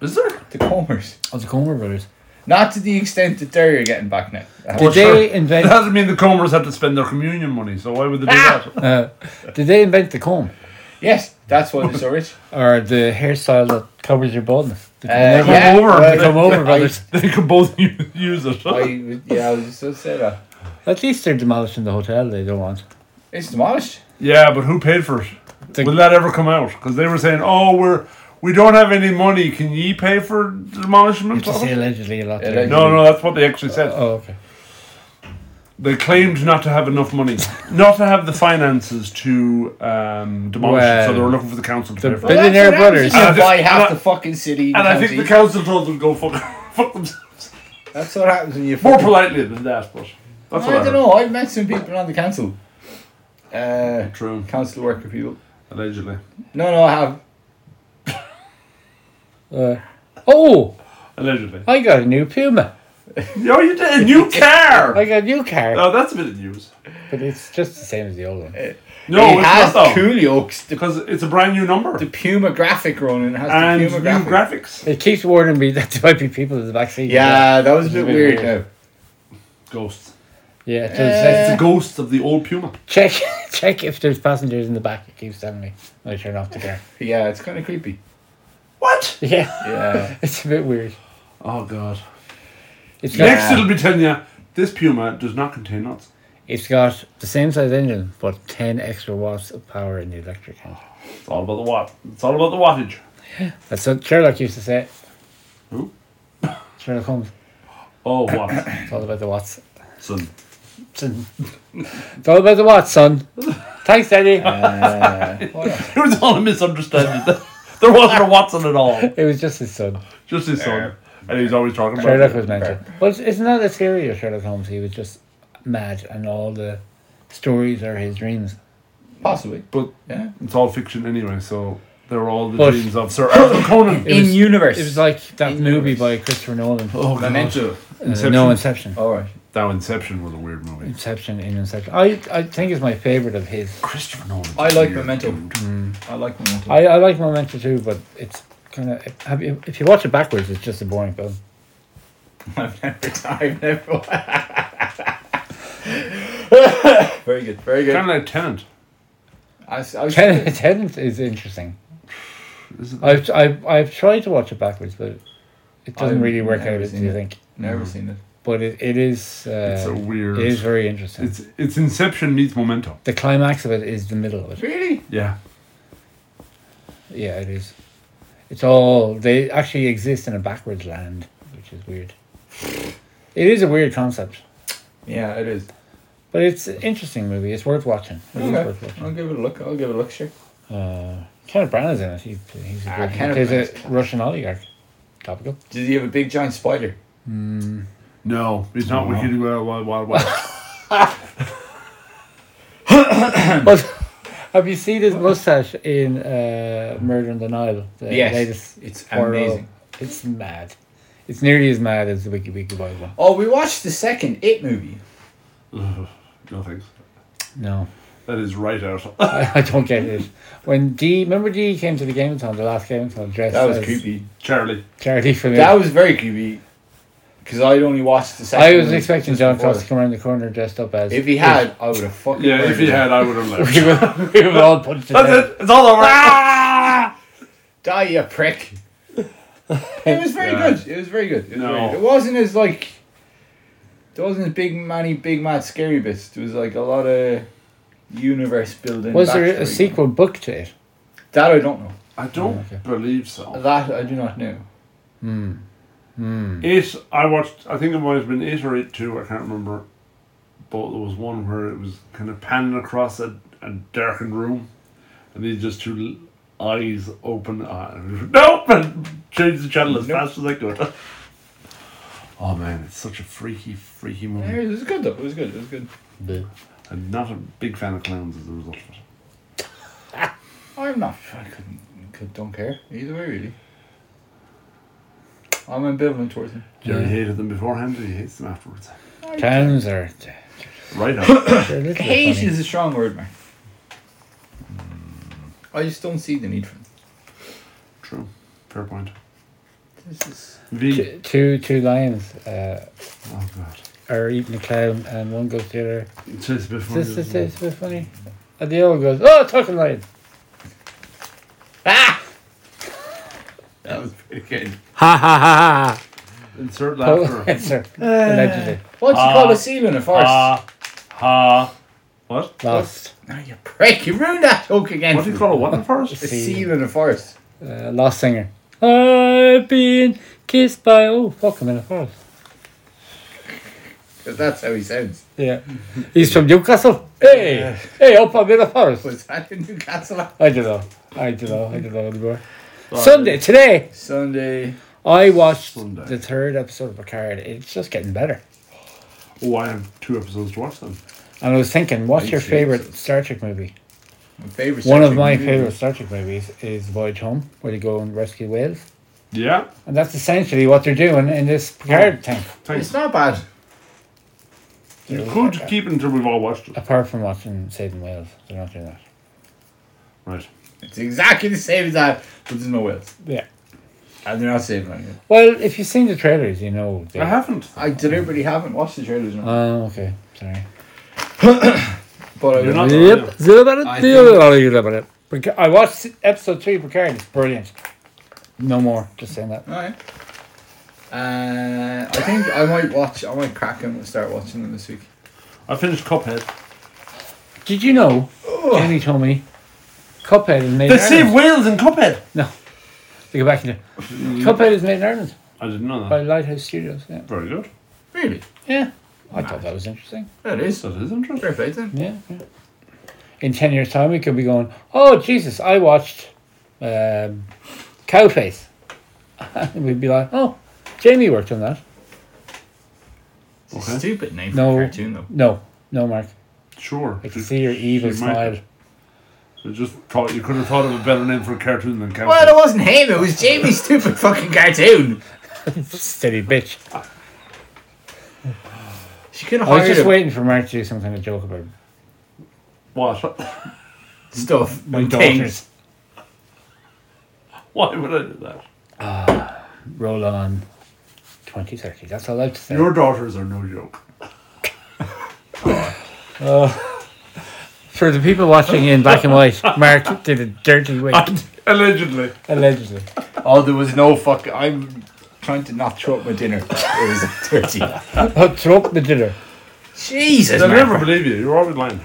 S2: Is there?
S3: The Comers,
S1: Oh, the Comer brothers.
S3: not to the extent that Derry are getting back now.
S1: Did they
S2: It
S1: invent?
S2: doesn't mean the Comers have to spend their communion money, so why would they do
S6: Ah!
S2: that?
S1: Uh, did they invent the comb
S3: Yes, that's why they're so rich.
S1: or the hairstyle that covers your baldness? The
S3: Uh,
S1: comb over.
S3: yeah,
S2: over.
S1: The comb over, brothers.
S2: They could both u- use it.
S3: I, would- yeah, I was just gonna say that.
S1: At least they're demolishing the hotel they don't want.
S3: It's demolished.
S2: Yeah, but who paid for it?
S1: The-
S2: Will that ever come out? Because they were saying, "Oh, we're we don't have any money. Can ye pay for
S1: You
S2: demolishment?"
S1: have to say allegedly a lot. there.
S3: Allegedly.
S2: No, no, that's what they actually said.
S1: Oh, okay.
S2: They claimed not to have enough money, not to have the finances to um, demolish it. So
S1: Well,
S2: they were looking for the council to
S1: the
S2: pay for
S1: bit-
S2: it.
S1: Billionaire brothers.
S3: You
S2: And I thi-
S3: buy half
S2: and I-
S3: the fucking city.
S2: And I think
S3: county.
S2: the council told them to go fuck, fuck themselves.
S3: that's what happens when you.
S2: More
S3: fucking-
S2: politely than that, but that's what
S3: I don't
S2: heard.
S3: know. I've met some people on the council. Uh,
S2: True,
S3: council worker people.
S2: allegedly.
S3: No, no, I have.
S1: Uh, oh,
S2: Allegedly.
S1: I got a new Puma.
S2: Yo, you did a new
S1: I
S2: car!
S1: got a new car,
S2: Oh, that's a bit of news.
S1: but it's just the same as the old one.
S2: No,
S3: it
S2: it's
S3: has
S2: not though.
S3: cool yokes. The,
S2: Because it's a brand new number.
S3: the Puma graphic run and it has
S2: and
S3: the
S2: new
S3: Puma graphic.
S2: graphics.
S1: It keeps warning me that there might be people in the back seat.
S3: yeah, that was a
S1: It's
S3: bit weird.
S1: weird.
S3: Now.
S2: Ghosts.
S1: yeah. So it says
S3: Eh.
S2: It's the ghosts of the old Puma.
S1: check, check if there's passengers in the back. It keeps telling me. I turn off the car.
S3: Yeah, it's kind of creepy.
S2: What?
S1: Yeah,
S3: Yeah.
S1: it's a bit weird.
S2: Oh, God.
S1: It's got,
S2: Next, it'll be telling you this Puma does not contain nuts.
S1: it's got the same size engine, but ten extra watts of power in the electric engine.
S2: It's all about the watt. It's all about the wattage.
S1: That's what Sherlock used to say.
S2: Who?
S1: Sherlock Holmes.
S2: Oh, watt.
S1: It's all about the watts.
S2: Son.
S1: Son. it's all about the watts, son. Thanks, Daddy.
S3: Uh, what else?
S2: It was all a misunderstanding. there wasn't a Watson at all.
S1: It was just his son.
S2: Just his
S3: Eh.
S2: son. And he's always talking about
S1: Sherlock
S2: it.
S1: was mentioned. Well, it's- it's not a theory of Sherlock Holmes. He was just mad, and all the stories are his dreams.
S3: Possibly.
S2: But
S3: Yeah.
S2: it's all fiction anyway, so they're all the
S1: But-
S2: dreams of Sir Arthur Conan.
S1: It
S3: In
S1: was-
S3: universe.
S1: It was like that
S3: In
S1: movie
S3: universe.
S1: by Christopher Nolan.
S2: Oh, God.
S3: Memento.
S1: Uh,
S2: Inception.
S1: no, Inception.
S3: All right.
S2: Now, Inception was a weird movie.
S1: Inception in Inception. I, I think it's my favorite of his.
S2: Christopher Nolan.
S3: I like
S2: Weird
S3: Memento.
S2: dude.
S3: I like Memento.
S1: I, I like Memento too, but it's kind of have you, if you watch it backwards, it's just a boring film.
S3: I've never. I've never. very good. Very good.
S2: Kind of like Tenant.
S3: I, s- I was
S1: Ten- Tenant is interesting.
S2: Is it?
S1: I've, I've I've tried to watch it backwards, but it doesn't
S3: I've
S1: really work
S3: never
S1: out. as
S3: seen
S1: you
S3: it.
S1: think?
S3: never seen it.
S1: But it, it is uh,
S2: It's a weird.
S1: it is very interesting.
S2: It's it's Inception meets Memento.
S1: the climax of it is the middle of it.
S3: Really?
S2: Yeah.
S1: Yeah, it is. It's all they actually exist in a backwards land, which is weird. It is a weird concept,
S3: Yeah, it is.
S1: but it's an interesting movie. It's worth watching. It is worth
S3: Okay.
S1: watching.
S3: I'll give it a look. I'll give it a look, sure.
S1: Uh, Kenneth Branagh's in it. He, he's a
S3: Ah,
S1: good,
S3: Kenneth
S1: there's
S3: Branagh's
S1: a Russian oligarch. Topical.
S3: Did he have a big giant spider?
S2: No, he's not Wicked Wild Wild Wild West.
S1: but have you seen his mustache in uh, Murder on the Nile? The
S3: Yes,
S1: latest
S3: it's
S1: Poirot?
S3: amazing.
S1: It's mad. It's nearly as mad as the Wiki Wiki Wild one.
S3: Oh, we watched the second It movie.
S2: no thanks.
S1: No,
S2: That is right out.
S1: I, I don't get it. When D, remember D came to the Gameton, the last Gameton dressed
S3: That was
S1: as
S3: creepy.
S2: Charlie.
S1: Charity for me.
S3: That was very creepy. Because I'd only watched the second.
S1: I was
S3: movie
S1: expecting
S3: just
S1: John
S3: before.
S1: Cross to come around the corner dressed up as.
S3: If he had, I would have fucking.
S2: Yeah, if
S3: murdered
S2: he
S3: him.
S2: had, I would have left.
S1: we would, we would all punch his head.
S2: That's it. It's all over. Ah!
S3: Die, you prick. it was very
S2: Yeah.
S3: good. It was very good. It, was
S2: No.
S3: very good. it wasn't as like. There wasn't as big, many big, mad, scary bits. There was like a lot of universe building.
S1: Was there a
S3: backstory.
S1: sequel book to it?
S3: That I don't know.
S2: I don't
S1: Okay.
S2: believe so.
S3: That I do not know.
S2: It, I watched, I think it might have been it or it two, I can't remember. But there was one where it was kind of panning across a, a darkened room and these just two l- eyes open. Uh, nope! And changed the channel as
S3: Nope.
S2: fast as I could. Oh man, it's such a freaky, freaky
S3: Yeah,
S2: movie.
S3: it was good though. It was good. It was good.
S2: I'm not a big fan of clowns as a result of it.
S3: I'm not. I couldn't. Could, don't care either way really. I'm ambivalent towards him.
S2: Jerry hated them beforehand and he hates them afterwards.
S1: Clowns are
S2: Right now.
S1: they're a little
S3: Hate
S1: funny.
S3: is a strong word, man. I just don't see the need for it.
S2: True. Fair point.
S3: This is
S2: V.
S1: T- Two two lions uh,
S2: Oh god.
S1: are eating a clown, and one goes to the other.
S2: It's just before
S1: This is this is funny. And the other one goes, "Oh, talking lion." Ah!
S3: that was pretty good.
S1: Ha ha ha
S2: Insert
S1: ha!
S2: laughter.
S1: Answer Oh, allegedly
S3: What do you
S2: Ah.
S1: Uh,
S3: call a seal in a forest?
S2: Ha. Ha. What?
S1: lost.
S3: now Ah, you prick! You ruined that joke again.
S2: What do you call a what in the forest?
S3: A seal in a forest.
S1: Uh, lost singer. I've been kissed by oh fuck him in the forest.
S3: Because that's how he sounds.
S1: Yeah, he's from Newcastle. Hey, hey, up I'm in the forest.
S3: Was that in Newcastle?
S1: I don't know. I don't know. I don't know anymore. Sunday today,
S3: Sunday.
S1: I watched
S2: Sunday.
S1: the third episode of Picard. It's just getting better.
S2: Oh, I have two episodes to watch then.
S1: And I was thinking, what's
S3: Eight
S1: your favorite
S3: episodes.
S1: Star Trek movie?
S3: My favorite.
S1: One of
S3: subject
S1: my
S3: movie.
S1: favorite Star Trek movies is Voyage Home, where they go and rescue whales.
S2: Yeah.
S1: And that's essentially what they're doing in this Picard thing.
S2: Thanks.
S3: It's not bad.
S2: You could keep it until we've all watched it.
S1: Apart from watching Saving Wales, they're not doing that.
S2: Right.
S3: It's exactly the same as that, but there's no whales.
S1: Yeah.
S3: And they're not saving anything.
S1: Well, if you've seen the trailers, you know. they-
S2: I haven't.
S3: I deliberately haven't watched the trailers now.
S1: Oh, okay. Sorry.
S3: but I
S2: You're
S3: will.
S2: not-
S1: Yep. Zero about
S3: I
S1: it. Zero about it. Pica- I watched episode three of Picard. It's brilliant. No more. Just saying that.
S3: Alright. Uh, I think I might watch. I might crack them and start watching them this week.
S2: I finished Cuphead.
S1: Did you know? Jenny told me. Cuphead is made
S2: They
S1: in Ireland.
S2: save whales in Cuphead.
S1: They go back into. Cuphead is made in Ireland
S2: I didn't know
S1: by
S2: that.
S1: Lighthouse Studios. Yeah.
S2: Very good.
S3: Really?
S1: Yeah. I thought that was interesting.
S3: That is.
S2: That is interesting.
S3: Fair play then.
S1: Yeah. yeah. In 10 years' time, we could be going, oh, Jesus, I watched um, Cowface. And we'd be like, oh, Jamie worked on that.
S3: It's a
S2: Okay.
S3: stupid name for
S1: No.
S3: a cartoon though.
S1: No, no, Mark.
S2: Sure.
S1: I can see your evil
S2: She might-
S1: smile.
S2: I just thought you could have thought of a better name for a cartoon than Cowboy.
S3: Well, it wasn't him. It was Jamie's stupid fucking cartoon.
S1: Steady bitch.
S3: She could have
S1: I was
S3: hired
S1: just
S3: him.
S1: waiting for Mark to do some kind of joke about
S2: What?
S3: stuff.
S1: my
S3: and
S1: daughters.
S3: things.
S2: Why would I do that?
S1: Roll on 2030. That's all I have to say.
S2: Your daughters are no joke.
S1: For the people watching in black and white, Mark did a dirty wink.
S2: Allegedly.
S1: Allegedly.
S3: Oh, there was no fuck. I'm trying to not throw up my dinner. It was dirty.
S1: Oh, throw up the dinner.
S3: Jesus,
S2: They'll
S3: man.
S2: never believe you. You're always lying.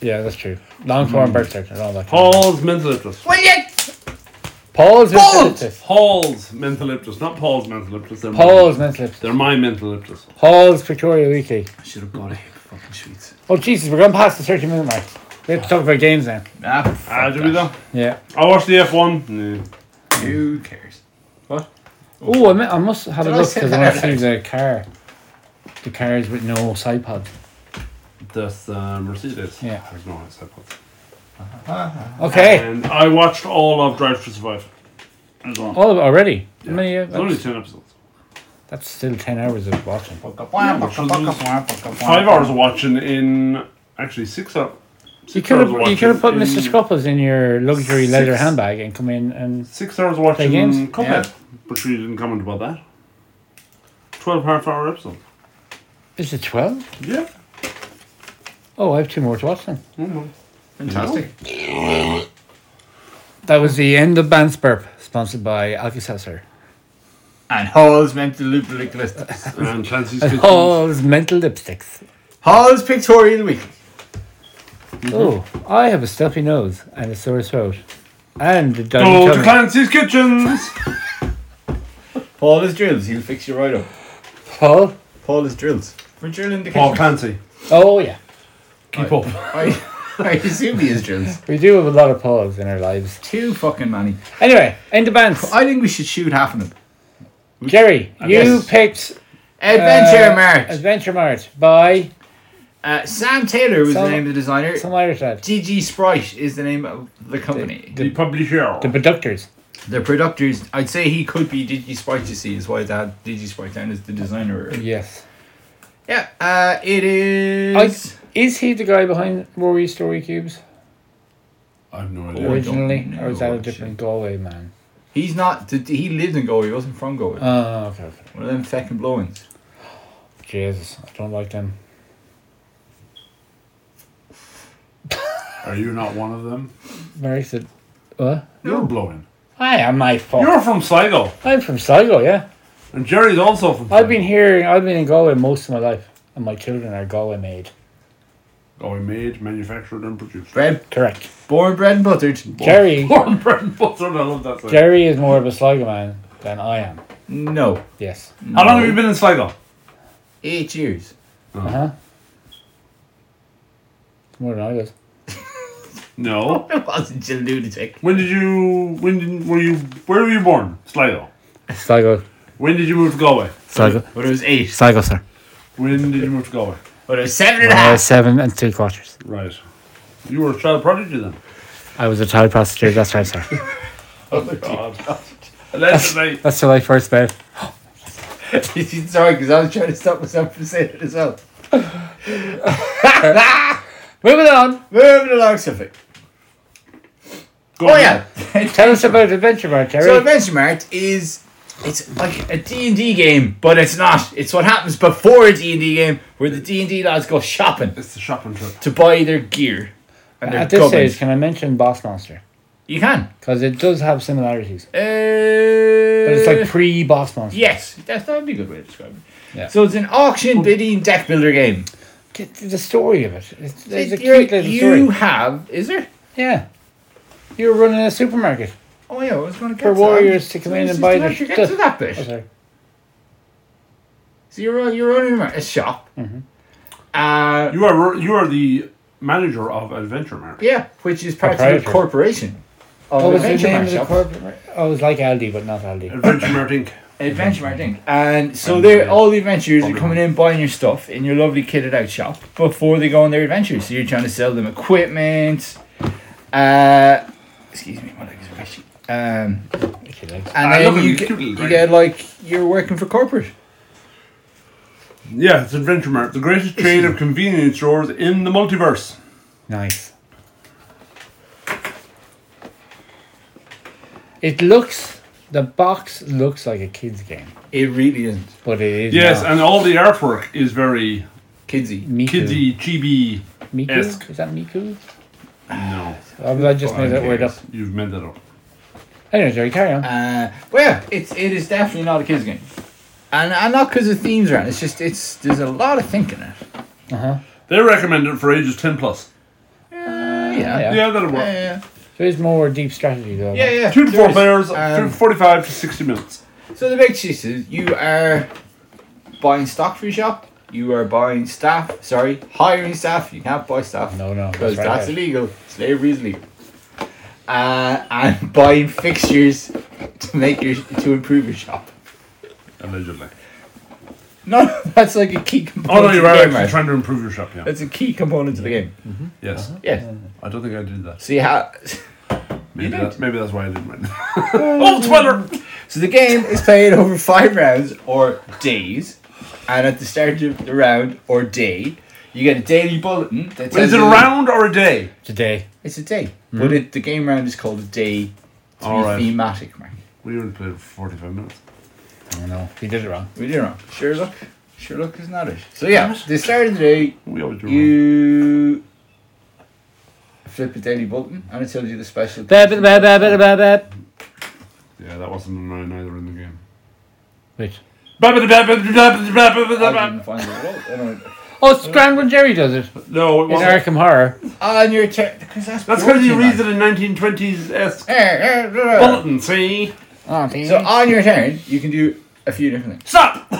S1: Yeah, that's true. Long form birth cert and all that. kind of-
S2: Paul's mental illness.
S3: Will you?
S1: Paul's
S3: Paul!
S1: mental illness.
S2: Paul's mental illness, not Paul's mental illness. They're
S1: Paul's
S2: mine.
S1: mental illness.
S2: They're my mental illness.
S1: Paul's Victoria Weekly.
S3: I should have bought a heap of fucking sweets.
S1: Oh Jesus, we're going past the thirty minute mark. We have to talk about games now.
S3: Ah,
S2: Ah, do we though?
S1: Yeah.
S2: I watched the F one. No.
S3: Who cares?
S1: Oh, I, mi- I must have a
S3: Did I
S1: look
S3: say
S1: because I want to see
S3: that?
S1: the car. The cars with no side pod.
S2: That's uh, Mercedes.
S1: Yeah.
S2: I don't know how to say that.
S1: Okay.
S2: And I watched all of Drive to Survive. As well.
S1: All of it already. How many?
S2: There's only
S1: That's,
S2: ten episodes.
S1: that's still ten hours of watching.
S2: Five hours of watching in actually six hours.
S1: You could have you could have put Mr.
S2: Scott.
S1: Scupples in your luxury leather
S2: six-
S1: handbag and come in and
S2: Six hours
S1: Play
S2: watching
S1: games?
S2: Cuphead,
S3: Yeah.
S2: but she didn't comment about that. Twelve half hour episode.
S1: is it twelve?
S2: Yeah.
S1: Oh, I have two more to watch then.
S2: Mhm.
S3: Fantastic.
S1: That was the end of Bans Burp, sponsored by Alka Seltzer.
S3: And Hall's mental list.
S2: And Clancy's Kitchen.
S1: Paul's Oh, mental lipsticks.
S3: Hall's pictorial week.
S1: Oh, I have a stuffy nose and
S2: Oh,
S1: a sore throat. And a dodgy
S2: Go to
S1: tummy.
S2: Clancy's Kitchens.
S7: Paul is drills. He'll fix you right up.
S1: Paul?
S7: Paul is drills.
S3: For drilling the
S2: Paul
S3: kitchen.
S2: Clancy.
S1: Oh, yeah.
S2: Keep up.
S3: I,
S7: I assume he is drills.
S1: We do have a lot of Pauls in our lives.
S3: too fucking many.
S1: Anyway, end the bands.
S3: I think we should shoot half of them.
S1: Jerry, you
S3: Yes.
S1: picked
S3: Adventure
S1: uh,
S3: March.
S1: Adventure Mart by
S3: Uh, Sam Taylor was the
S1: Some-
S3: name of the designer.
S1: some Irish lad.
S3: GG Sprite is the name of the company.
S2: The publisher.
S1: The Productors.
S3: The producers, I'd say he could be Digi Sprite, you see, is why they had Digi Sprite down as the designer.
S1: Yes.
S3: Yeah, uh, it
S1: I,
S3: is.
S1: is he the guy behind Rory Story Cubes
S2: I have no
S3: I
S2: idea.
S3: Or- don't
S1: originally? Or is that a
S3: know,
S1: different Galway man?
S3: He's not, th- he lived in Galway, he wasn't from Galway.
S1: Oh, okay. okay.
S3: One of them feckin' blowings.
S1: Jesus, I don't like them.
S2: Are you not one of them?
S1: Mary said, what?
S2: You're blowing.
S1: I am my fault.
S2: You're from Sligo.
S1: I'm from Sligo, yeah.
S2: And Jerry's also from Sligo.
S1: I've been here, I've been in Galway most of my life. And my children are Galway made.
S2: Oh, we made, manufactured, and produced.
S3: Bread,
S1: Correct.
S3: born bread and buttered.
S1: Jerry,
S2: Born bread and butter. I love that song.
S1: Jerry is more of a Sligo man than I am.
S3: No.
S1: Yes.
S2: How long have you been in Sligo?
S3: Eight years.
S1: Uh huh. More than I was.
S2: No.
S3: It wasn't you lunatic.
S2: When did you? When did, were you? Where were you born? Sligo.
S1: Sligo.
S2: When did you move to Galway?
S1: Sligo.
S3: But it was eight.
S1: Sligo, sir.
S2: When did you move to Galway?
S3: But it was seven and
S1: When
S3: a
S1: I
S3: half.
S1: was seven and two quarters.
S2: Right. You were a child prodigy then.
S1: I was a child prostitute, that's right, sir.
S2: God. Allegedly.
S1: That's till I first met.
S3: Sorry, because I was trying to stop myself from saying it as well.
S1: Moving on.
S3: Moving along, Sophie.
S2: Go
S3: Oh
S2: on.
S3: yeah.
S1: Tell us about Adventure Mart, Jerry.
S3: So Adventure Mart is it's like a D&D game, but it's not. It's what happens before a D&D game where the D&D lads go shopping
S2: It's the shopping trip.
S3: to buy their gear and their
S1: At this
S3: gubbins.
S1: stage, can I mention Boss Monster?
S3: You can.
S1: Because it does have similarities.
S3: Uh,
S1: But it's like pre Boss Monster.
S3: Yes, that's, that would be a good way to describe it.
S1: Yeah.
S3: So it's an auction bidding deck builder game.
S1: Get The story of it. It's, there's a
S3: You're-
S1: cute little
S3: you
S1: story.
S3: have, is there?
S1: Yeah. You're running a supermarket.
S3: Oh yeah, I was going to get
S1: For
S3: to that.
S1: warriors to come in
S3: This
S1: and
S3: is
S1: buy
S3: the-
S1: the-
S3: you get to that
S1: Oh,
S3: bit.
S1: sorry.
S3: So you're you're running a shop.
S1: Mm-hmm.
S3: Uh,
S2: You are you are the manager of Adventure Mart.
S3: Yeah, which is practically a
S1: Proprietor.
S3: corporation. Of
S1: What was Oh, the
S3: Adventure
S1: name
S3: Mart
S1: of the
S3: shop.
S1: corporate? Oh, it's like Aldi, but not Aldi.
S2: Adventure Mart Inc.
S3: Adventure Mart Inc.
S1: Mm-hmm.
S3: And so they're all the adventurers are coming in buying your stuff in your lovely kitted out shop before they go on their adventures. So you're trying to sell them equipment. Uh, excuse me, my legs are itchy. Um,
S1: If you like.
S3: and
S2: I
S3: then
S2: love them,
S3: you
S2: you
S3: get,
S2: cute little
S3: you
S2: dragon.
S3: get like you're working for corporate.
S2: Yeah, it's Adventure Mart, the greatest chain of convenience stores in the multiverse.
S1: Nice. It looks the box looks like a kids game,
S3: It really isn't
S1: but it is
S2: Yes,
S1: not.
S2: and all the artwork is very
S3: kidsy.
S1: Miku.
S2: kidsy, chibi.
S1: Miku?
S2: esque.
S1: Is that Miku?
S2: No,
S1: Or I just made that word up.
S2: you've made that up.
S1: Anyway, Jerry, carry on.
S3: Uh, well, yeah, it's it is definitely not a kids game, and and not because the themes around. It's just it's there's a lot of thinking in it.
S2: They recommend it for ages ten plus.
S3: Oh, yeah.
S1: Yeah.
S2: Yeah, that'll work.
S3: Yeah, yeah,
S1: There is more deep strategy though.
S3: Uh, yeah. yeah.
S2: Two to four
S3: There's-
S2: players,
S3: um,
S2: two- forty-five to sixty minutes.
S3: So the big gist is you are buying stock for your shop. You are buying staff. Sorry, hiring staff. You can't buy staff.
S1: No, no,
S3: because
S1: that's
S3: that's,
S1: right.
S3: illegal. Slavery is legal. Uh, and buying fixtures to make your to improve your shop.
S2: Allegedly.
S3: No, that's like a key
S2: Oh
S3: component.
S2: no,
S3: to
S2: you
S3: the
S2: are
S3: game,
S2: actually
S3: right?
S2: trying to improve your shop. Yeah.
S3: That's a key component to the game.
S2: Yes.
S3: Yes.
S2: I don't think I did that.
S3: So you have.
S2: Maybe,
S3: did.
S2: that, maybe that's why I didn't win. oh, Twitter!
S3: So the game is played over five rounds or days, and at the start of the round or day, you get a daily bulletin. That
S2: Is
S3: tells
S2: it a
S3: you-
S2: round or a day?
S1: Today.
S3: It's a day, but it, the game round is called a day to
S2: All
S3: be
S2: right.
S3: thematic. Mark,
S2: We only played for 45 minutes.
S1: I don't know. He did it wrong.
S3: we do wrong. Sure look, sure look is not it. So yeah, the start of the day,
S2: We always do round.
S3: you flip a daily bulletin, and it tells you the special.
S1: Ba- ba- ba- ba- ba- ba- ba.
S2: Yeah, that wasn't an nine either in the game.
S1: Wait.
S3: I
S2: No,
S3: didn't find it at all. I don't know.
S1: Oh, it's grand when Jerry does it.
S2: it
S1: In
S2: wasn't.
S1: Arkham Horror.
S3: On your turn, because that's
S2: That's because he
S3: boring,
S2: reads it
S3: man.
S2: in 1920s esque
S3: Eh, eh, blah, blah, blah.
S2: bulletin, see?
S1: Oh,
S3: So on your turn, you can do a few different things.
S2: Stop!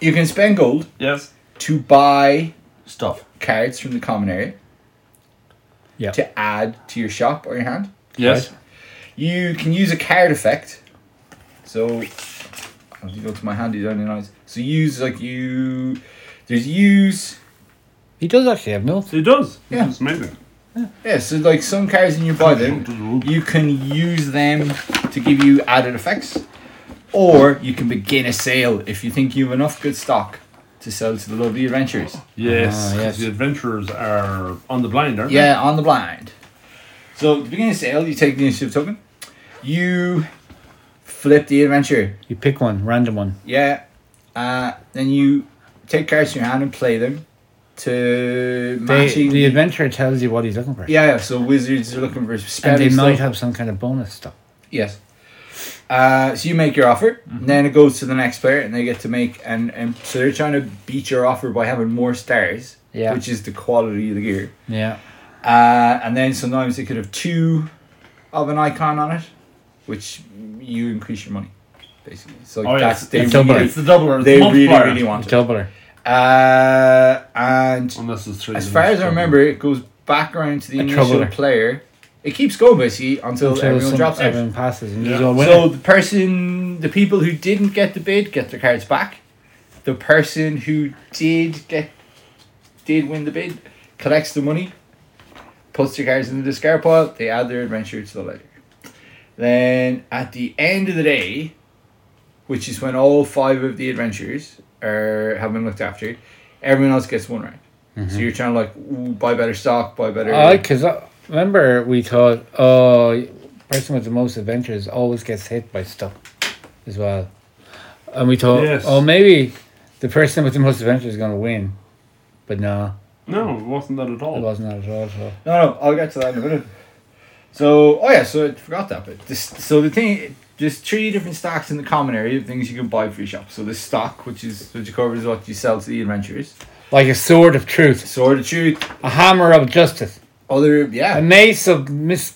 S3: You can spend gold
S2: Yes.
S3: to buy
S7: Stuff.
S3: cards from the common area
S1: Yeah.
S3: to add to your shop or your hand.
S2: Yes.
S3: You can use a card effect. So I'll just go to my handy dandy eyes. So use like you there's use
S1: He does actually have notes.
S2: It does.
S3: Yeah.
S2: It's amazing.
S3: yeah, so like some cards in your body, you can use them to give you added effects. Or you can begin a sale if you think you have enough good stock to sell to the lovely adventurers.
S2: Yes.
S1: Ah,
S2: 'cause
S1: yes.
S2: The adventurers are on the blind, aren't
S3: Yeah, on the blind. So at the beginning of sale, you take the initiative token. You flip the adventure.
S1: You pick one, random one.
S3: Yeah. Uh, then you take cards in your hand and play them to
S1: They,
S3: matching.
S1: the adventurer tells you what he's looking for.
S3: yeah, yeah, so wizards are looking for
S1: And
S3: spells.
S1: they might
S3: stuff.
S1: have some kind of bonus stuff.
S3: Yes. Uh, so you make your offer, and then it goes to the next player, and they get to make and and so they're trying to beat your offer by having more stars,
S1: Yeah.
S3: which is the quality of the gear.
S1: Yeah.
S3: Uh, and then sometimes it could have two of an icon on it, which you increase your money, basically. So
S2: Oh, yeah,
S3: that's
S2: it's-
S3: they
S1: it's
S3: really,
S1: doubler.
S2: It's the doubler. it's
S3: they
S2: the
S3: really,
S2: multiplier.
S3: really want it.
S1: Doubler.
S3: Uh, and
S2: Unless it's three.
S3: as
S2: then
S3: far
S2: it's
S3: as I
S2: double.
S3: remember, it goes back around to the
S1: A
S3: initial
S1: troubler.
S3: player. It keeps going basically until,
S1: Until
S3: everyone
S1: some-
S3: drops out.
S1: everyone passes and
S2: Yeah.
S1: he's all winning.
S3: So the person, the people who didn't get the bid get their cards back. The person who did get, did win the bid, collects the money, puts their cards in the discard pile. They add their adventure to the ledger. Then at the end of the day, which is when all five of the adventures are have been looked after, everyone else gets one round. So you're trying to like ooh, buy better stock, buy better.
S1: I because I remember we thought, oh, person with the most adventures always gets hit by stuff as well, and we thought,
S2: Yes.
S1: oh, maybe the person with the most adventures is gonna win, but no,
S2: No, it wasn't that at
S1: it
S2: all.
S1: wasn't that at all. So
S3: No, no, I'll get to that in a minute. So, oh yeah, so I forgot that bit. This, so the thing, there's three different stocks in the common area of things you can buy for your shop. So the stock, which is which covers what you sell to the adventurers,
S1: like a sword of truth,
S3: sword of truth,
S1: a hammer of justice,
S3: other
S1: a
S3: yeah,
S1: mace of mis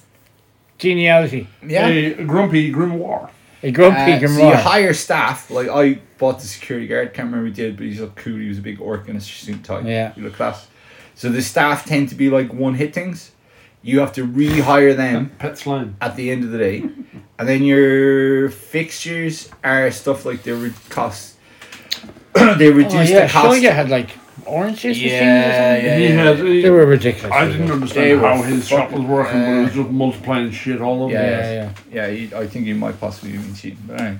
S1: geniality,
S3: yeah.
S2: A grumpy grimoire.
S1: a grumpy
S3: Uh, so you
S1: grimoire.
S3: hire staff. Like I bought the security guard. Can't remember who did, but he's looked cool. He was a big orc in a suit tie.
S1: Yeah.
S3: he looked class. So the staff tend to be like one hit things. You have to rehire them.
S2: Pet slime.
S3: at the end of the day. And then your fixtures are stuff like they would cost. they reduce
S1: oh yeah,
S3: the cost.
S1: Shoya had like oranges.
S3: Yeah,
S1: Yeah, yeah,
S3: yeah,
S2: He
S3: yeah.
S2: had. he-
S1: they were ridiculous.
S2: I didn't
S3: They
S2: understand
S3: were
S2: how his shop was working, but it was just multiplying shit all over.
S3: Yeah,
S2: the
S1: Yeah,
S2: place.
S1: yeah,
S3: Yeah, you, I think you might possibly even cheat, but anyway.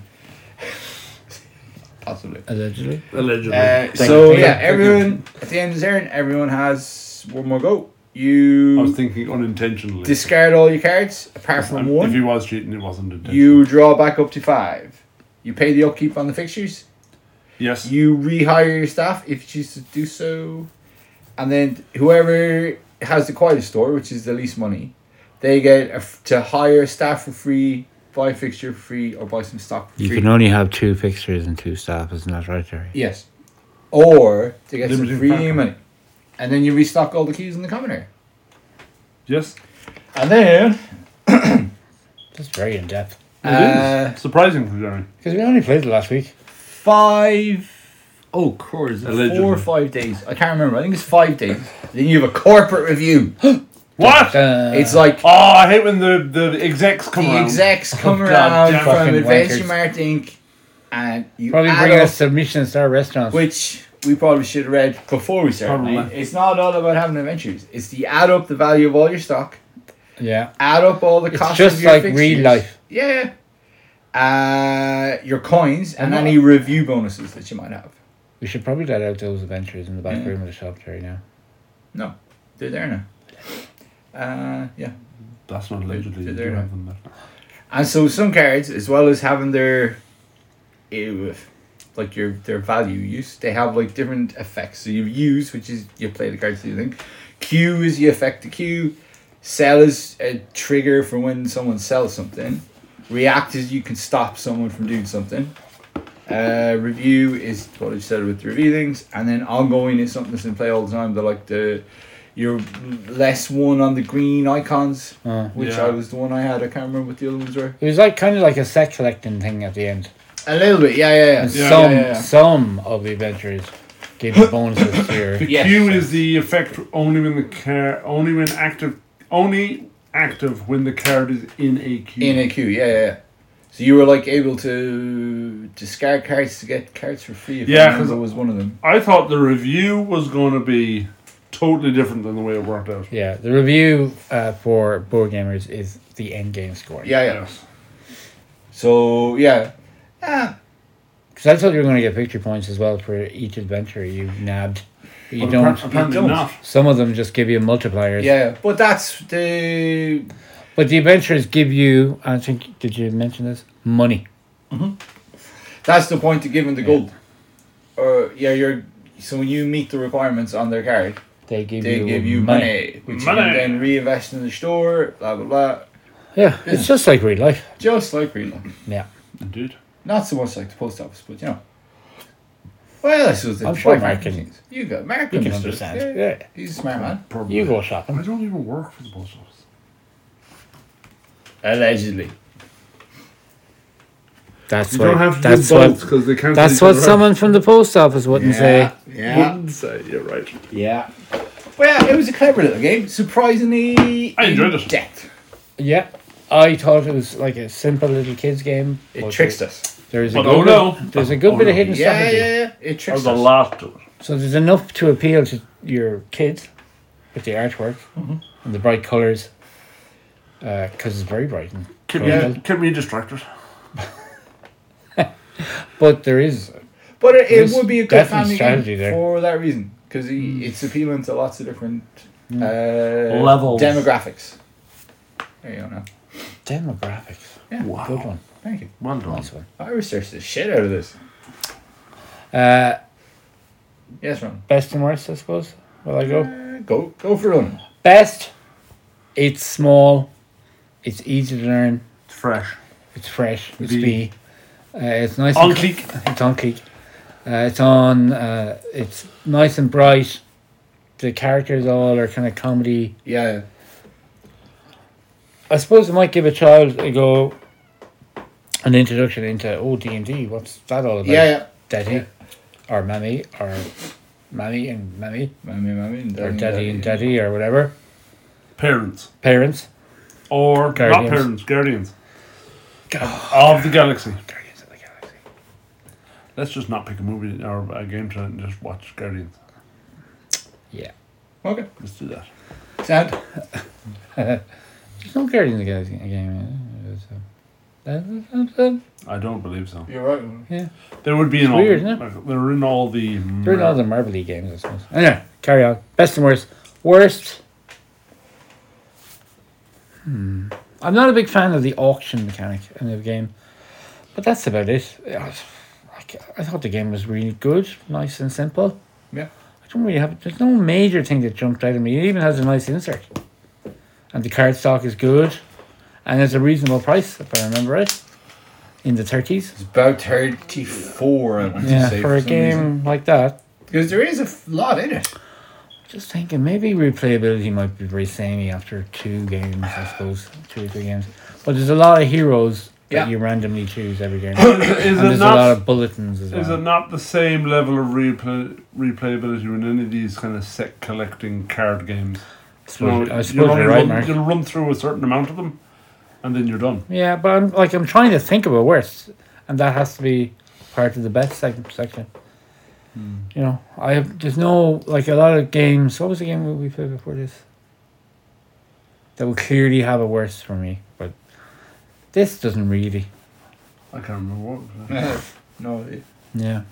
S3: possibly.
S1: allegedly.
S2: Allegedly.
S3: Uh,
S1: you.
S3: so
S1: Uh, Thank you.
S3: yeah, everyone at the end of the turn, everyone has one more go.
S2: I was
S3: You
S2: thinking unintentionally.
S3: discard all your cards apart from
S2: And
S3: one.
S2: If he was cheating, it wasn't intentional.
S3: you draw back up to five. You pay the upkeep on the fixtures.
S2: Yes.
S3: You rehire your staff if you choose to do so, and then whoever has the quietest store, which is the least money, they get a f- to hire staff for free, buy a fixture for free, or buy some stock for
S1: You
S3: free.
S1: can only have two fixtures and two staff, isn't that right, Terry?
S3: yes, or to get some
S2: Limited
S3: free
S2: partner.
S3: money, and then you restock all the keys in the common area.
S2: yes.
S3: And then
S1: That's very in depth.
S2: It
S3: Uh,
S2: is. Surprising for Jerry.
S1: Because we only played it last week.
S3: five. Oh, course, is it
S2: Allegedly.
S3: four or five days. I can't remember. I think it's five days. then you have a corporate review.
S2: What?
S3: it's like
S2: Oh, I hate when the, the execs come
S3: the
S2: around.
S3: execs come
S2: God
S3: around
S2: damn
S3: from
S1: fucking
S3: Adventure
S1: wankers.
S3: Mart Inc. and you
S1: probably
S3: add
S1: bring
S3: up,
S1: us to Michelin star restaurants.
S3: which we probably should have read before we started.
S2: Probably.
S3: mate. It's not all about having adventures. It's the add up the value of all your stock,
S1: yeah,
S3: add up all the
S1: It's
S3: costs.
S1: just
S3: of your
S1: like
S3: fixtures.
S1: real life.
S3: Yeah. Uh, your coins and
S1: I'm not-
S3: any review bonuses that you might have.
S1: we should probably let out those adventures in the back
S3: Yeah.
S1: room of the shop, Terry. Now,
S3: No, they're there now. Uh, yeah.
S2: That's not allegedly.
S3: They're
S2: You do
S3: there.
S2: have them there.
S3: And so some cards, as well as having their, ew, like your their value use, they have like different effects. So you use, which is you play the cards, do you think? Q is you affect the Q. Sell is a trigger for when someone sells something. React is you can stop someone from doing something. Uh, review is what I said with the review things, and then ongoing is something that's in play all the time. They're like the you're less one on the green icons,
S1: Uh.
S3: which
S2: Yeah.
S3: I was the one I had. I can't remember what the other ones were.
S1: it was like kind of like a set collecting thing at the end.
S3: A little bit, yeah, yeah, yeah.
S2: Yeah.
S1: some
S3: yeah, yeah.
S1: some of the adventures gave you bonuses
S2: The
S1: here.
S3: Yes.
S2: cue is the effect only when the car only when active only active when the card is in a queue.
S3: In a queue, yeah, yeah. yeah. So you were like able to discard cards to get cards for free. If
S2: Yeah,
S3: I remember
S2: 'cause-
S3: was one of them.
S2: I thought the review was going to be totally different than the way it worked out.
S1: Yeah, the review uh, for board gamers is the end game scoring.
S3: Yeah, yeah.
S2: Yes.
S3: So yeah, ah,
S1: because I thought you were going to get victory points as well for each adventure you nabbed. But you
S2: But
S1: don't.
S2: appar- Apparently
S3: don't.
S2: not.
S1: Some of them just give you multipliers.
S3: yeah. But that's the
S1: But the adventures give you. I think did you mention this money?
S3: that's the point of giving the gold. Or yeah, you're. So when you meet the requirements on their card,
S1: They give
S3: they
S1: you
S3: give you money, which you can
S2: Money.
S3: then reinvest in the store. Blah blah blah.
S1: Yeah, it's just like real life.
S3: Just like real life.
S1: Yeah,
S2: Indeed.
S3: Not so much like the post office, but you know. Well, this was the
S1: I'm sure
S3: buy
S1: Mark
S3: marketing
S1: can-
S3: things. You got Mark
S1: you can
S3: understood.
S1: understand.
S3: Yeah,
S1: Yeah,
S3: he's a smart man.
S2: Probably.
S1: you go
S2: I
S1: shopping.
S2: don't even work for the post office.
S3: Allegedly.
S1: That's
S2: You
S1: what.
S2: don't have to
S1: that's
S2: do both
S1: what.
S2: because they can't.
S1: That's
S2: tell
S1: what
S2: each other
S1: someone from the post office wouldn't say.
S2: apart.
S3: Yeah.
S2: Wouldn't say. You're right.
S3: Yeah. Well, it was a clever little game. Surprisingly,
S2: I enjoyed it.
S3: in-depth.
S1: Yeah, I thought it was like a simple little kids game.
S3: It
S1: but
S3: tricked us.
S1: There's a
S2: But
S1: good
S2: oh no.
S1: bit, there's a good
S2: Oh
S1: bit
S2: no.
S1: of hidden
S3: Yeah, yeah,
S1: strategy.
S3: yeah. It
S2: There's
S3: tricked
S2: a
S3: us.
S2: lot to it.
S1: So there's enough to appeal to your kids with the artwork and the bright colors, because it's very bright. and
S2: Kept
S1: colorful.
S2: me, kept me distracted.
S1: But there is
S3: But it, it
S1: There's
S3: would be a good
S1: definitely
S3: family
S1: strategy
S3: game
S1: there.
S3: for that reason because
S2: Hmm.
S3: it's appealing to lots of different
S1: Hmm.
S3: uh,
S2: Levels.
S3: demographics. There you go. Now.
S1: demographics.
S3: Yeah.
S1: Good one.
S3: Thank you.
S2: Well done.
S1: Nice one.
S3: I researched the shit out of this.
S1: Uh,
S3: Yes, Ron.
S1: best and worst, I suppose. Will I go?
S3: Uh, go go for one.
S1: Best. It's small. It's easy to learn.
S2: It's fresh.
S1: It's fresh. It's
S2: Be-
S1: B. Uh, it's nice.
S2: On
S1: and-
S2: click.
S1: It's on Cleek. Uh, it's on. Uh, it's nice and bright. The characters all are kind of comedy.
S3: Yeah.
S1: I suppose it might give a child a go. An introduction into oh D and D. What's that all about?
S3: Yeah. Yeah.
S1: Daddy, or mammy, or mammy and mammy,
S3: Mommy, mommy, and
S1: or daddy and daddy, or whatever.
S2: Parents.
S1: Parents.
S2: Or
S1: Guardians.
S2: not parents, guardians.
S1: God.
S2: Of the galaxy.
S1: Guardians of the Galaxy.
S2: Let's just not pick a movie or a game tonight and just watch Guardians.
S1: Yeah.
S3: Okay.
S2: Let's do that.
S3: Sound.
S1: There's no Guardians of the Galaxy game. They're
S2: I don't believe so.
S3: You're right. Ron.
S2: There would be in all.
S1: weird, isn't it?
S2: like, they're in all the.
S1: in all the Marvel games, I suppose. Anyway, carry on. Best and worst. Worst. Hmm. I'm not a big fan of the auction mechanic in the game, but that's about it. I, I ca- I thought the game was really good, nice and simple.
S3: Yeah.
S1: I don't really have. There's no major thing that jumped out at me. It even has a nice insert, and the card stock is good, and it's a reasonable price if I remember right, in the thirties.
S3: It's about thirty-four. I want to
S1: Yeah,
S3: say
S1: for a
S3: some
S1: game
S3: reason.
S1: like that.
S3: because there is a f- lot in it.
S1: Just thinking, maybe replayability might be very samey after two games, I suppose, two or three games. But there's a lot of heroes
S3: Yeah.
S1: that you randomly choose every game, and
S2: is it
S1: there's a lot
S2: not?
S1: of bulletins as
S2: Is it
S1: well.
S2: not the same level of replay, replayability in any of these kind of set collecting card games?
S1: I
S2: You
S1: suppose,
S2: know,
S1: I suppose
S2: you'll only
S1: you're right,
S2: run,
S1: Mark.
S2: You'll run through a certain amount of them, and then you're done.
S1: Yeah, but I'm like I'm trying to think of a worst, and that has to be part of the best sec- section. You know, I have there's no like a lot of games. What was the game we played before this? That would clearly have a worst for me, but this doesn't really.
S2: I can't remember what. it was.
S3: no, it
S1: Yeah,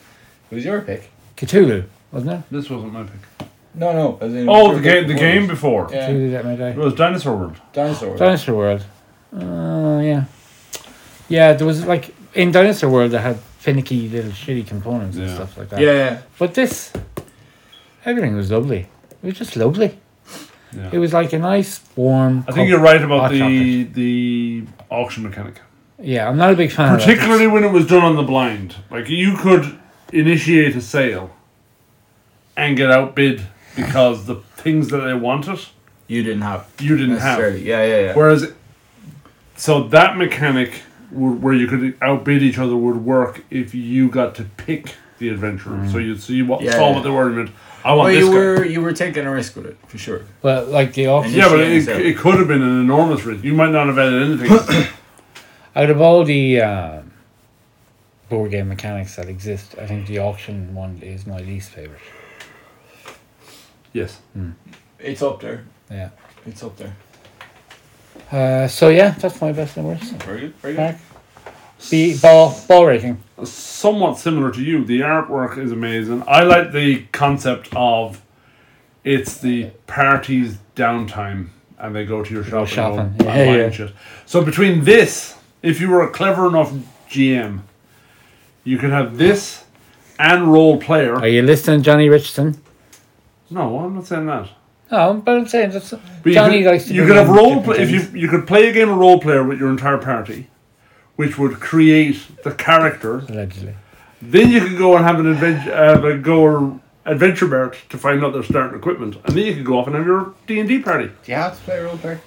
S3: it was your pick.
S1: Cthulhu, wasn't it?
S2: This wasn't my pick.
S3: No, no. As in
S2: Oh,
S3: your
S2: the
S3: pick
S2: game, the
S3: before
S2: game
S3: this.
S2: before.
S3: Yeah.
S1: Cthulhu that might die.
S2: It was Dinosaur World.
S3: Dinosaur.
S1: Dinosaur World. Uh, yeah. Yeah, there was like in Dinosaur World they had finicky little shitty components and
S2: Yeah.
S1: stuff like that.
S3: Yeah.
S1: But this, everything was lovely. It was just lovely.
S2: Yeah.
S1: It was like a nice warm.
S2: I think
S1: cup-
S2: you're right about
S1: hot
S2: the the auction mechanic,
S1: Yeah, I'm not a big fan.
S2: particularly when it was done on the blind. Like you could initiate a sale and get outbid because the things that they wanted
S3: You didn't have.
S2: you didn't have.
S3: Necessarily. Yeah, yeah, yeah.
S2: Whereas, so that mechanic were- where you could outbid each other would work if you got to pick the adventurer. So you'd see what
S3: Yeah.
S2: saw what they were and went, I want
S3: Well,
S2: this
S3: you
S2: guy.
S3: were you were taking a risk with it for sure.
S1: But like the option,
S2: yeah, but it,
S3: Yeah.
S2: it could have been an enormous risk. You might not have added anything.
S1: out of all the uh, board game mechanics that exist, I think the auction one is my least favorite.
S2: yes.
S3: It's up there.
S1: Yeah.
S3: It's up there.
S1: Uh, so yeah, that's my best and worst.
S3: Very good. Very good.
S1: Mark, B ball ball rating.
S2: somewhat similar to you. The artwork is amazing. I like the concept of it's the party's downtime and they go to your shop
S1: shopping.
S2: and go
S1: Yeah,
S2: and buy
S1: yeah.
S2: shit. So between this, if you were a clever enough GM, you could have this and role player.
S1: Are you listening, Johnny Richardson?
S2: no, I'm not saying that.
S1: No, but I'm saying that's
S2: But you
S1: Johnny
S2: could,
S1: likes to.
S2: You
S1: bring
S2: could have
S1: in
S2: role play,
S1: different
S2: if you
S1: things.
S2: you could play a game of role player with your entire party, which would create the characters
S1: allegedly.
S2: Then you could go and have an adventure, have a go or adventure bout to find out their starting equipment, and then you could go off and have your D and D party.
S3: Do you have to play role play?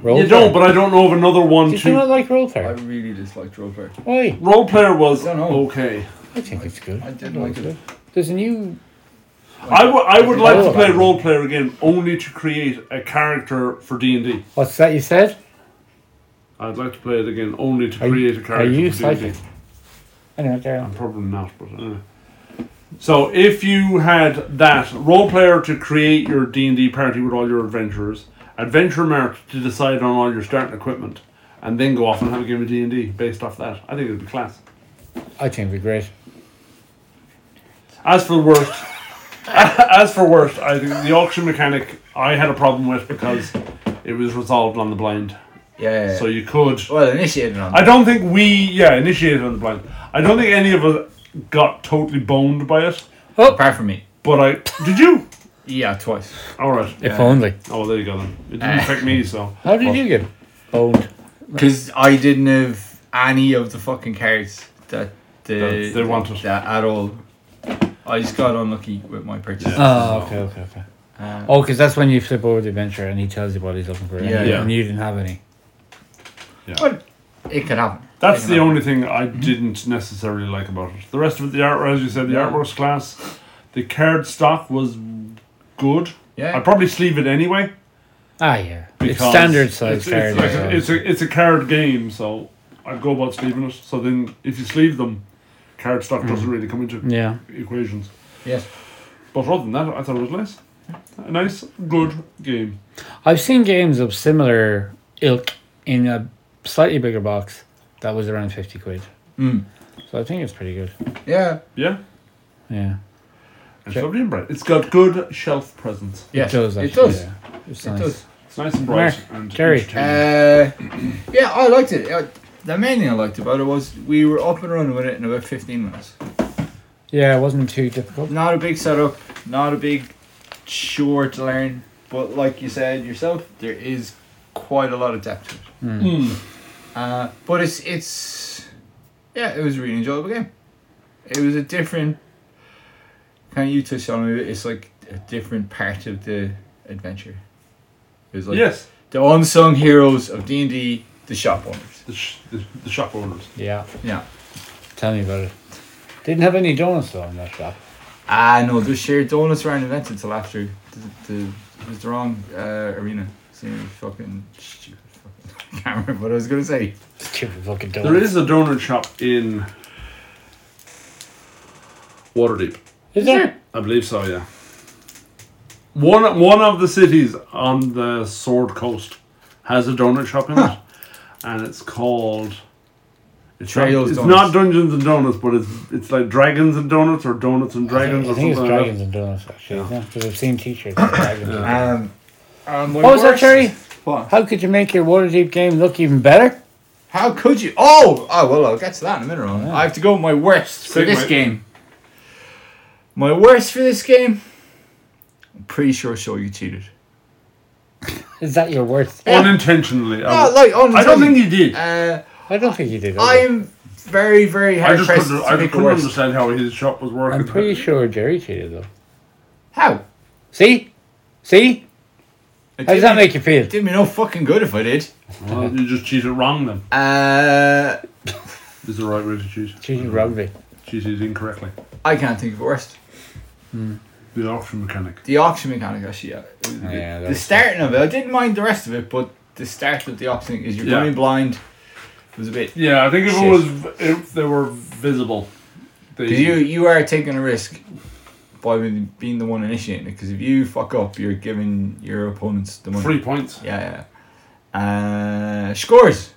S1: Role
S2: you don't, but I don't know of another one.
S1: Did you not
S2: To
S1: like role
S3: I
S1: play?
S3: really disliked role play.
S1: Why?
S2: role player was
S3: don't know.
S2: okay.
S1: I think it's good.
S3: I did like it.
S1: There's a new.
S2: I would I would like to
S1: Oh.
S2: play role player again, only to create a character for D and D.
S1: What's that you said?
S2: I'd like to play it again, only to
S1: Are you-
S2: create a
S1: Are
S2: character.
S1: you
S2: for D&D.
S1: psychic? Anyway, carry on.
S2: Probably not, but anyway. So if you had that role player to create your D and D party with all your adventurers, adventure mart to decide on all your starting equipment, and then go off and have a game of D and D based off that, I think it'd be class.
S1: I think it'd be great.
S2: As for the worst, as for worst, I think the auction mechanic I had a problem with because it was resolved on the blind,
S3: Yeah. yeah, yeah.
S2: so you could
S3: well, initiated on.
S2: I don't think we, yeah, initiated on the blind. I don't think any of us got totally boned by it.
S3: apart from me.
S2: But I did you?
S3: Yeah, twice.
S2: All right.
S1: If only.
S2: Oh, there you go then. It
S1: Uh,
S2: didn't affect me, so.
S1: How did
S2: Oh.
S1: you get boned?
S3: Because I didn't have any of the fucking cards that they,
S2: That they wanted.
S3: that at all. I just got unlucky with my purchases.
S1: Oh, okay, okay, okay.
S3: Uh,
S1: Oh, because that's when you flip over the adventure and he tells you what he's looking for. and
S3: Yeah,
S1: you-
S2: yeah.
S1: And you didn't have any.
S3: it could happen.
S2: That's
S3: It could
S2: the
S3: happen.
S2: only thing I
S1: Mm-hmm.
S2: didn't necessarily like about it. The rest of it, the art, as you said, the
S3: Yeah.
S2: artwork's class. The card stock was good.
S3: Yeah.
S2: I'd probably sleeve it anyway.
S1: Ah, yeah. It's
S2: because
S1: standard size
S2: it's, it's,
S1: cards.
S2: like
S1: so-
S2: a, it's, a, it's a card game, so I'd go about sleeving it. So then if you sleeve them, card stock doesn't really come into
S1: Mm. yeah.
S2: equations.
S3: Yes.
S2: But other than that, I thought it was nice. A nice, good game.
S1: I've seen games of similar ilk in a slightly bigger box that was around 50 quid.
S3: Mm.
S1: So I think it's pretty good.
S3: Yeah.
S2: Yeah?
S1: Yeah.
S2: It's
S1: Sure.
S2: lovely and bright. It's got good shelf presence.
S3: Yes.
S1: It does,
S3: It
S1: actually.
S3: does.
S1: yeah. It's
S3: It
S1: nice.
S3: does.
S2: It's nice and bright.
S1: Mark,
S2: and
S1: Jerry.
S2: entertaining.
S3: Uh, yeah, I liked it. Uh, the main thing I liked about it was we were up and running with it in about 15 minutes.
S1: Yeah, it wasn't too difficult.
S3: Not a big setup, not a big chore to learn, but like you said yourself, there is quite a lot of depth to it. Uh, but it's it's yeah, it was a really enjoyable game. It was a different kind of you touched on it. It's like a different part of the adventure. It was like
S2: yes,
S3: the unsung heroes of D and D, the shop owners.
S2: the, sh- the, the shop owners.
S1: Yeah.
S3: Yeah.
S1: Tell me about it. Didn't have any donuts though in that shop.
S3: Ah no, the shared donuts around invented until after the, the it was the wrong uh, arena. So fucking stupid. fucking- I can't remember what I was gonna say.
S1: Stupid fucking donuts.
S2: There is a donut shop in Waterdeep.
S1: Is there?
S2: I believe so, yeah. One one of the cities on the Sword Coast has a donut shop in it, and it's called. It's, not,
S3: Trails
S2: it's
S3: Donuts.
S2: not Dungeons and Donuts, but it's it's like Dragons and Donuts or Donuts and Dragons
S1: I
S2: or
S1: think it's
S2: something. like that.
S1: dragons and donuts actually. Because I've seen T-shirts. with dragons. and-
S3: Um, um,
S1: What was that, Terry?
S3: What?
S1: How could you make your Waterdeep game look even better?
S3: How could you? Oh, oh well, I'll get to that in a minute. Ron. I have to go with my worst for
S2: Segue.
S3: this game. My worst for this game. I'm pretty sure show you cheated.
S1: Is that your worst?
S2: Unintentionally. I
S3: No,
S2: w-
S3: like
S2: I don't think
S3: you.
S2: you did.
S3: Uh,
S1: I don't think you did.
S3: I
S1: either.
S3: am very, very
S2: I
S3: hard
S2: just
S3: pressed
S2: couldn't, I
S3: to
S2: just
S3: pick the
S2: couldn't
S3: worst.
S2: understand how his shop was working.
S1: I'm pretty sure Jerry cheated though.
S3: How?
S1: See, see, How
S3: It
S1: does
S3: did
S1: that
S3: me-
S1: make you feel?
S3: Did me no fucking good if I did.
S2: Well, you just cheat it wrong then.
S3: Uh,
S2: Is the right way to cheat.
S1: Cheating rugby.
S2: Cheat it incorrectly.
S3: I can't think of worse.
S2: The auction mechanic.
S3: The auction mechanic, actually, yeah.
S1: Yeah, that
S3: the
S1: was-
S3: starting of it, I didn't mind the rest of it, but the start of the auction is you're
S2: Yeah.
S3: going blind. It was a bit.
S2: Yeah, I think if
S3: Shit.
S2: it was if they were visible, they
S3: 'cause you you are taking a risk by being the one initiating it. Because if you fuck up, you're giving your opponents the money.
S2: three points.
S3: Yeah. yeah. Uh, scores.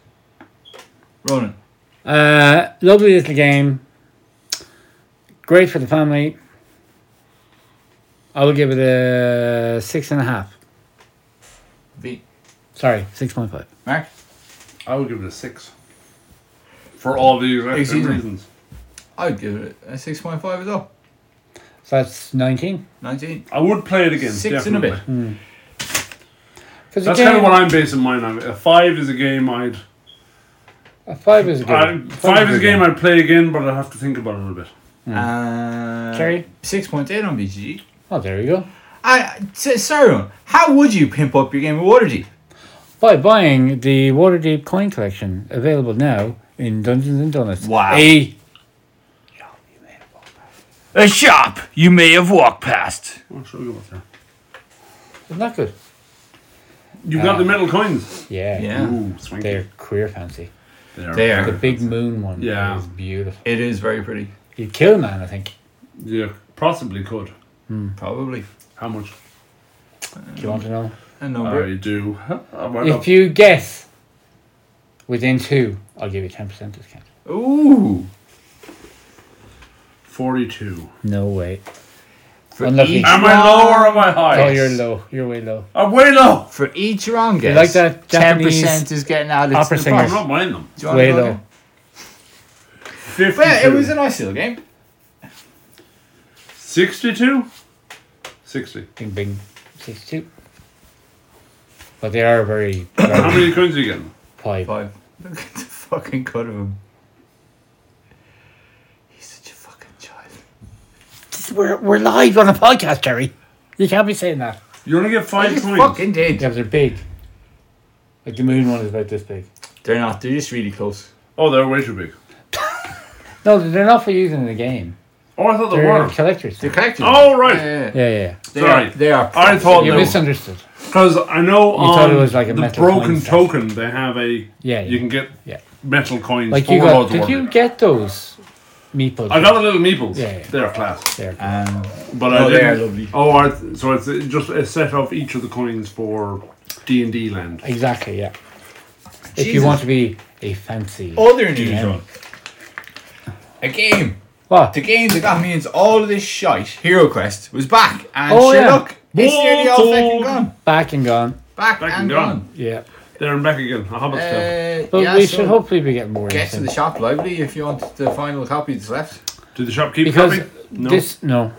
S3: Ronan.
S1: Uh, lovely little game. Great for the family. I will give it a six and a half.
S3: V.
S1: Sorry, six point five.
S3: Mark.
S2: I would give it a six. For all the exact
S3: Excuse
S2: same
S3: me.
S2: reasons.
S3: I would give it a six point five as well.
S1: So that's nineteen.
S3: Nineteen.
S2: I would play it again.
S3: Six and a
S2: definitely.
S3: bit.
S1: Because
S2: That's kind of what I'm basing mine on. A five is a game I'd.
S1: a uh, five is a good.
S2: I, five is a game I'd play again, but I have to think about it a little bit.
S3: Uh,
S1: Kerry?
S3: Six point eight on BGG.
S1: Oh, there you go.
S3: I t- sorry, Ronan. How would you pimp up your game of Waterdeep?
S1: By buying the Waterdeep coin collection available now in Dungeons and Donuts.
S3: Wow.
S1: A
S8: A shop you may have walked past.
S2: I'll show you what's there.
S1: isn't that good?
S2: You've got the metal coins.
S1: Yeah.
S3: Uh, Yeah.
S2: Ooh, swanky.
S1: They're queer fancy.
S2: They are.
S3: They are.
S1: The big moon one
S2: Yeah.
S1: is beautiful.
S3: It is very pretty.
S1: You'd kill man, I think.
S2: Yeah, possibly could.
S3: Probably
S2: How much?
S1: Do you want to know?
S3: a number.
S2: I do. I might not
S1: If you guess within two, I'll give you ten percent discount.
S3: Ooh.
S2: 42.
S1: No way.
S3: For
S1: Unlucky.
S3: each
S2: Am I
S3: round-
S2: low or am I high?
S1: Oh, you're low. You're way low.
S2: I'm way low.
S3: For each round guess,
S1: like that
S3: ten
S1: Japanese
S3: percent is getting added
S1: opera
S3: to the
S1: singer.
S2: I'm
S3: price.
S2: not buying them.
S3: Do you wanna
S1: Way
S3: go
S1: low.
S3: again?
S2: 52.
S3: But yeah, it was a nice little game.
S2: 62? 60.
S1: Bing bing. Six two. But they are very
S2: How many coins are you getting?
S1: five.
S3: Five. Look at the fucking cut of him. He's such a fucking child.
S1: We're, we're live on a podcast, Jerry. You can't be saying that.
S2: You only get
S3: I
S2: five
S3: just
S2: coins.
S3: fucking did.
S1: Yeah, but they're big. Like the moon one is about this big.
S3: They're not. They're just really close.
S2: Oh, they're way too big.
S1: No, they're not for using in the game.
S2: Oh, I thought they
S1: They're
S2: were.
S1: collectors.
S3: They're collected.
S2: Oh, right.
S3: Yeah, yeah, yeah.
S1: Yeah, yeah.
S3: They
S2: Sorry.
S3: Are, they are.
S2: I thought
S1: You
S2: they were.
S1: misunderstood.
S2: Because I know on
S1: thought it was like a
S2: the
S1: metal coin
S2: broken
S1: set.
S2: token, they have a.
S1: Yeah,
S2: You
S1: yeah.
S2: can get
S1: Yeah.
S2: metal coins
S1: Like
S2: for
S1: you got,
S2: loads of
S1: did
S2: water.
S1: you get those meeples?
S2: I got the little meeples.
S1: Yeah, yeah.
S2: They're class.
S1: there.
S3: Um,
S2: But
S3: Oh, they
S2: I didn't.
S3: are lovely.
S2: Oh, I, so it's uh, just a set of each of the coins for D and D land.
S1: Exactly, yeah. If you
S3: Jesus. Oh.
S1: want to be a fancy.
S3: other news,
S1: Yeah.
S3: Ron. A game.
S1: What?
S3: The game that got me into all of this shite, Hero Quest, was back. And
S1: Oh,
S3: oh,
S1: yeah.
S3: look, it's nearly all
S2: Bolton.
S3: fucking gone.
S1: Back and gone.
S3: Back,
S2: Back
S3: and,
S2: and
S3: gone.
S2: gone.
S1: Yeah.
S2: There and back again. A hobbit's tail.
S3: Uh,
S1: But
S3: yeah,
S1: we
S3: so
S1: should hopefully be getting more.
S3: Get to
S1: into
S3: the
S1: it.
S3: shop lively if you want the final copy that's left.
S2: Did the shopkeep
S1: because
S2: copy? No.
S1: this no,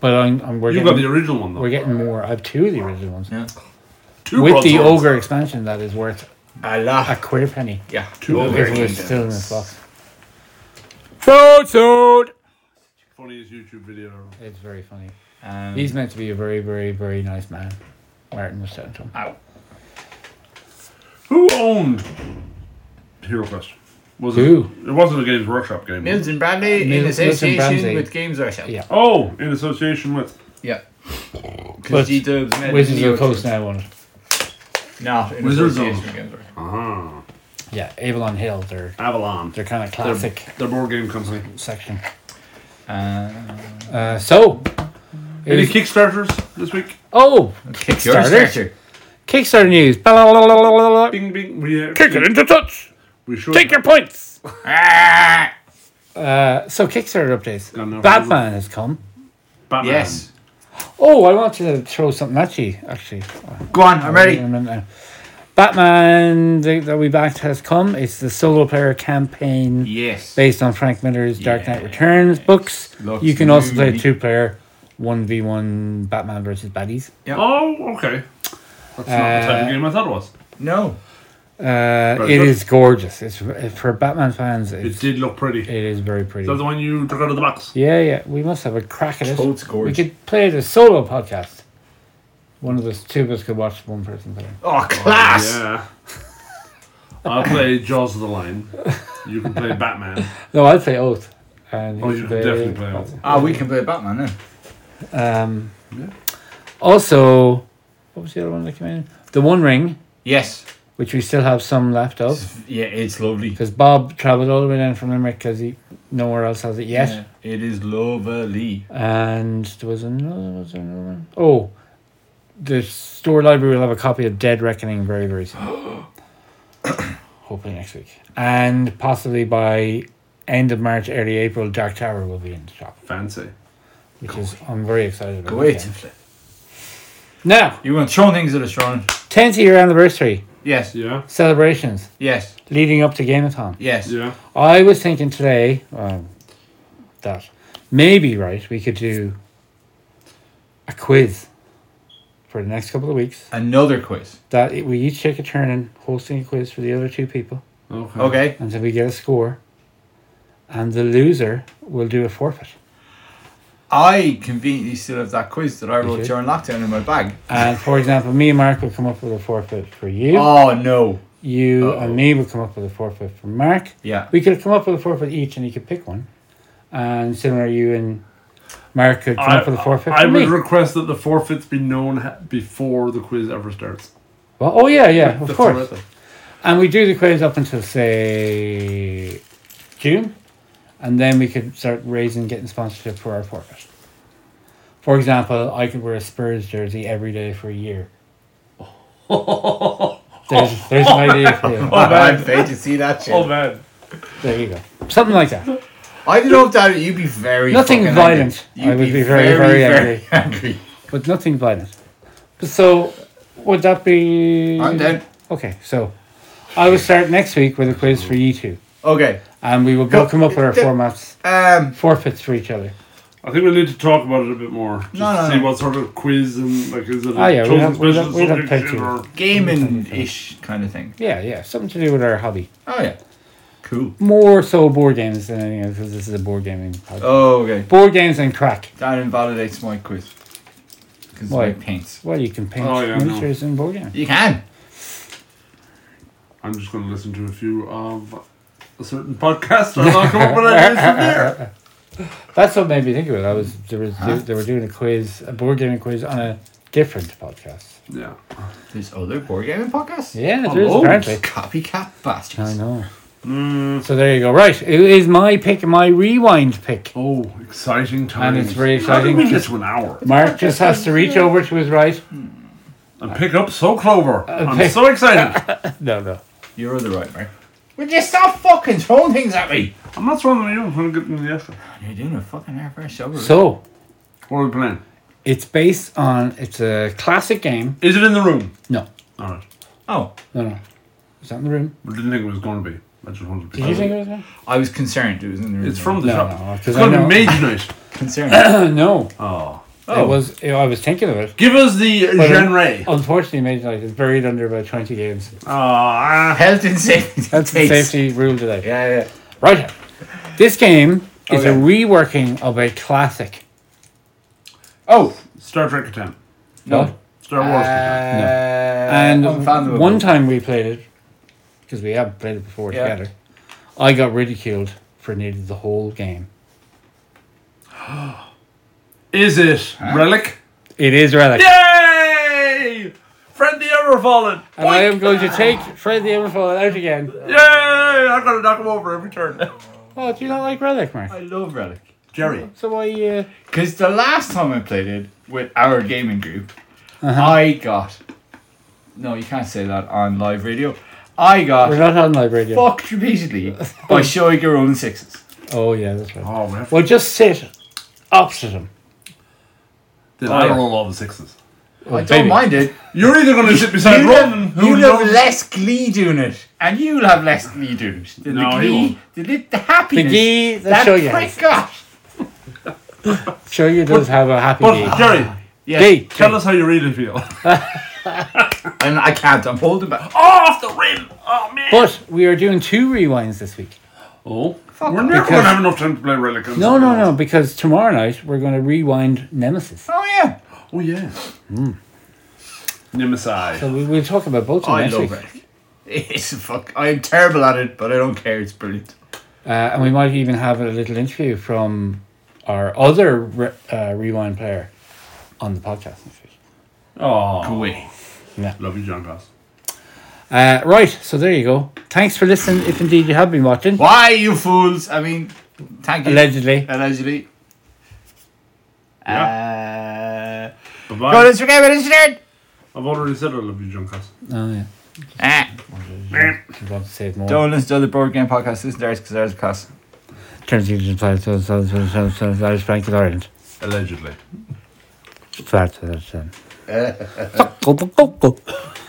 S1: but I'm, I'm we're
S2: you got
S1: getting
S2: the original one though.
S1: we're getting more. I have two of the original ones
S3: Yeah.
S2: Two
S1: with the
S2: broadswords.
S1: ogre expansion that is worth
S3: A
S1: a
S3: lot.
S1: queer penny.
S3: Yeah.
S2: Two
S1: If
S2: ogre.
S1: it was still in this box,
S2: Funniest YouTube video ever.
S1: it's very funny.
S3: Um,
S1: He's meant to be a very very very nice man. Martin was telling him.
S3: oh.
S2: Who owned Hero Quest? Was
S1: Who?
S2: it? It wasn't a Games Workshop game. was it?
S3: Mills and Bradley in
S1: Mills- Mills and
S3: association
S1: Bradley.
S3: with Games Workshop.
S1: Yeah.
S2: Oh, in association with.
S1: But
S3: Because G-Dubs made
S1: Wizards
S3: Neo
S1: of the Coast
S3: Tube.
S1: now on it.
S3: Not in
S2: Wizards of-
S3: association with Games Workshop.
S2: Ah,
S1: Yeah, Avalon Hill. They're
S2: Avalon.
S1: they're kind of classic
S2: Their board game company.
S1: section.
S3: Uh,
S1: Uh, so. it
S2: Any
S1: was-
S2: Kickstarters this week?
S1: oh,
S3: your
S1: Kickstarter!
S3: starter.
S1: Kickstarter news. Blah, blah, blah, blah, blah, blah.
S2: Bing, bing. We, uh,
S9: Kick it into touch.
S2: we should
S9: Take your points.
S3: Ah!
S1: Uh, so Kickstarter updates.
S2: Got no
S1: Batman has come.
S2: Batman.
S3: Yes.
S1: Oh, I want to throw something at you. Actually,
S3: Um, Go on, I'm
S1: Wait
S3: ready.
S1: a minute now. Batman the, that we backed has come. It's the solo player campaign
S3: Yes.
S1: based on Frank Miller's Dark Knight Returns books.
S3: Looks
S1: you can also play
S3: really-
S1: two player, one v one Batman versus baddies.
S2: Oh, okay. That's not the type of game I thought it was.
S3: No.
S1: Uh,
S2: Very
S1: it
S2: good.
S1: is gorgeous. It's for Batman fans.
S2: It
S1: It's,
S2: did look pretty.
S1: it is very pretty.
S2: Is that the one you took out of the box?
S1: Yeah, yeah. We must have a crack at it.
S3: Toad's
S1: We
S3: gorgeous.
S1: could play it as solo podcast. One of us, two of us could watch one person play.
S3: Oh, class!
S2: Yeah. I'll play Jaws of the Line. You can play Batman.
S1: No, I'd say Oath. And
S2: Oh, you can definitely play Oath.
S3: Ah, we can play Batman then.
S1: Um,
S2: Yeah.
S1: Also, what was the other one that came in? The One Ring,
S3: Yes.
S1: which we still have some left of,
S3: Yeah, it's lovely.
S1: because Bob travelled all the way down from Limerick because he nowhere else has it yet.
S3: Yeah, it is lovely.
S1: And there was another, was there another one? Oh, the store library will have a copy of Dead Reckoning very, very soon. Hopefully next week. And possibly by end of March, early April, Dark Tower will be in the shop,
S2: Fancy.
S1: which is, I'm very excited about.
S3: Great.
S1: that game. Now,
S3: You're going to throw things at us, Ronan.
S1: 10th year anniversary
S3: Yes,
S2: Yeah.
S1: celebrations
S3: yes,
S1: leading up to Gameathon.
S3: yes.
S2: Yeah.
S1: I was thinking today um, that maybe, right, we could do a quiz for the next couple of weeks.
S3: Another quiz.
S1: that it- we each take a turn in hosting a quiz for the other two people
S2: Okay.
S3: Okay.
S1: until we get a score. And the loser will do a forfeit.
S3: I conveniently still have that quiz that I wrote
S1: did?
S3: during lockdown in my bag.
S1: And for example, me and Mark will come up with a forfeit for you.
S3: Oh, no.
S1: you
S3: Uh-oh.
S1: and me will come up with a forfeit for Mark.
S3: Yeah.
S1: We could come up with a forfeit each and you could pick one. And similar, you and Mark could come
S2: I,
S1: up with a forfeit
S2: I
S1: for me.
S2: would request that the forfeits be known ha- before the quiz ever starts.
S1: well, oh, yeah, yeah, of
S2: That's
S1: course.
S2: horrific.
S1: And we do the quiz up until, say, June. And then we could start raising, getting sponsorship for our forfeit. For example, I could wear a Spurs jersey every day for a year. There's, there's an idea for you.
S3: Oh, man. Paid to see that shit.
S2: Oh man.
S1: There you go. Something like that.
S3: I don't know if that you'd be very
S1: Nothing
S3: fucking
S1: violent.
S3: Angry. You'd
S1: I would be very, very angry.
S3: angry.
S1: But nothing violent. So, would that be.
S3: I'm down.
S1: Okay, so I will start next week with a quiz for you two.
S3: Okay.
S1: And we will
S3: Go-
S1: both come up with our
S3: d-
S1: formats,
S3: Um.
S1: forfeits for each other.
S2: I think we need to talk about it a bit more. Just
S3: No, no,
S2: see
S3: no.
S2: what sort of quiz and like is it a
S1: Ah, yeah,
S2: chosen
S1: we'll have- we'll
S2: special
S1: have- we'll have
S2: subject
S1: plenty.
S2: or-
S3: Gaming ish kind of thing.
S1: Yeah, yeah, something to do with our hobby.
S3: Oh, yeah. Cool.
S1: More so board games than anything else, because this is a board gaming podcast.
S3: Oh, okay.
S1: Board games and crack.
S3: That invalidates my quiz. Because
S1: Why?
S3: my paints.
S1: Well, you can paint
S2: Oh, yeah, no.
S1: miniatures in board games.
S3: You can.
S2: I'm just going to listen to a few of a certain podcast and I'll come up with ideas from there.
S1: That's what made me think of it. I was there was they were doing a quiz, a board gaming quiz on a different podcast.
S2: Yeah.
S3: There's other board gaming podcasts?
S1: Yeah, there is
S2: Hello.
S1: apparently.
S3: Copycat bastards.
S1: I know. So there you go. Right, it is my pick, my rewind pick.
S2: Oh, exciting times.
S1: it's very
S2: How did
S1: exciting
S2: we get
S1: because-
S2: to an hour?
S1: Mark just has to reach over to his right.
S2: And pick up So Clover. I'm
S1: pick-
S2: so excited.
S1: No, no.
S3: You're the right, man. Would you stop fucking throwing things at me?
S2: I'm not throwing them at you. I'm going to get them in the extra.
S3: You're doing a fucking half hour show.
S1: So
S2: What are we playing?
S1: it's based on it's a classic game.
S2: Is it in the room?
S1: No,
S2: All right.
S3: oh,
S1: no, no. It's not in the room.
S2: I didn't think it was going to be. I just wanted to be.
S1: Did you think it was? in-
S3: I was concerned. It was in the room.
S2: It's from the
S1: No,
S2: shop.
S1: no,
S2: it's
S1: because I
S2: going to be
S1: know.
S2: Mage Night.
S3: concerned.
S1: no,
S2: Oh.
S1: it was. I was thinking of it.
S2: Give us the
S1: But un-
S2: genre.
S1: Unfortunately, Major League is buried under about twenty games.
S2: Ah.
S3: Health and safety.
S1: That's the
S3: Taste.
S1: safety rule today.
S3: Yeah, yeah.
S1: Right. This game is a
S3: Okay.
S1: reworking of a classic.
S3: Oh
S2: Star Trek attempt.
S1: No.
S2: Star Wars attempt.
S1: Uh, And
S3: Uh, unfathomable.
S1: one time we played it because we have played it before
S3: Yeah.
S1: together. I got ridiculed for nearly the whole game.
S2: Is it Relic?
S1: It is relic.
S2: Yay! Friend the Everfallen.
S1: And I am going to take Fred the Everfall out again.
S2: Yay! I'm gonna knock him over every turn.
S1: Oh, do you not like relic, Mark?
S3: I love Relic.
S2: Jerry.
S1: So why? Uh,
S3: Because the last time I played it with our gaming group, I got. No, you can't say that on live radio. I
S1: we're
S3: got
S1: not on live radio.
S3: fucked repeatedly by showing your own sixes.
S1: Oh yeah, that's right.
S2: Oh, we have to.
S1: Well, just sit opposite him.
S2: Then I roll all the sixes.
S1: Oh,
S3: I don't mind it.
S2: You're either gonna sit beside
S3: You'll
S2: Ronan,
S3: have,
S2: who
S3: you'll have
S2: knows-
S3: less glee doing it, and you'll have less glee doing it. The, the
S2: No, he
S3: glee,
S2: won't.
S3: the, the, the happiness
S1: glee that
S3: that
S1: show you
S3: prick
S1: has.
S3: got.
S1: Sure, you does have a happy day.
S2: But Jerry,
S3: Yes,
S1: Day.
S2: tell us how you really feel.
S3: and I can't. I'm holding back.
S2: Off the rim. Oh man.
S1: But we are doing two rewinds this week.
S2: Oh, we're never
S1: Because-
S2: gonna have enough time to play Relic. and
S1: No,
S2: Star
S1: no,
S2: Wars.
S1: no, because tomorrow night we're going to rewind Nemesis.
S3: Oh yeah.
S2: Oh yeah. Nimasai.
S1: So we, we'll talk about both of them
S3: I
S1: next
S3: love
S1: week.
S3: Relic. It's fuck. I'm terrible at it, but I don't care. It's brilliant.
S1: Uh, and we might even have a little interview from our other re- uh, Rewind player on the podcast next week.
S2: Oh,
S3: Away.
S2: love you, John Cross.
S1: Uh, right, so there you go. Thanks for listening, if indeed you have been watching.
S3: Why you fools? I mean, thank you.
S1: Allegedly.
S3: Allegedly. Uh, go
S2: Bye bye.
S3: to Instagram and Instagram.
S2: I've already said I love you, John Cross.
S1: Oh, yeah.
S3: Ah.
S1: I'd love to say it more.
S3: Don't listen to other board game podcasts. Listen to ours because ours are class.
S1: Terms and conditions apply to the Irish Bank of Ireland.
S2: Allegedly.
S1: Flat, that's um.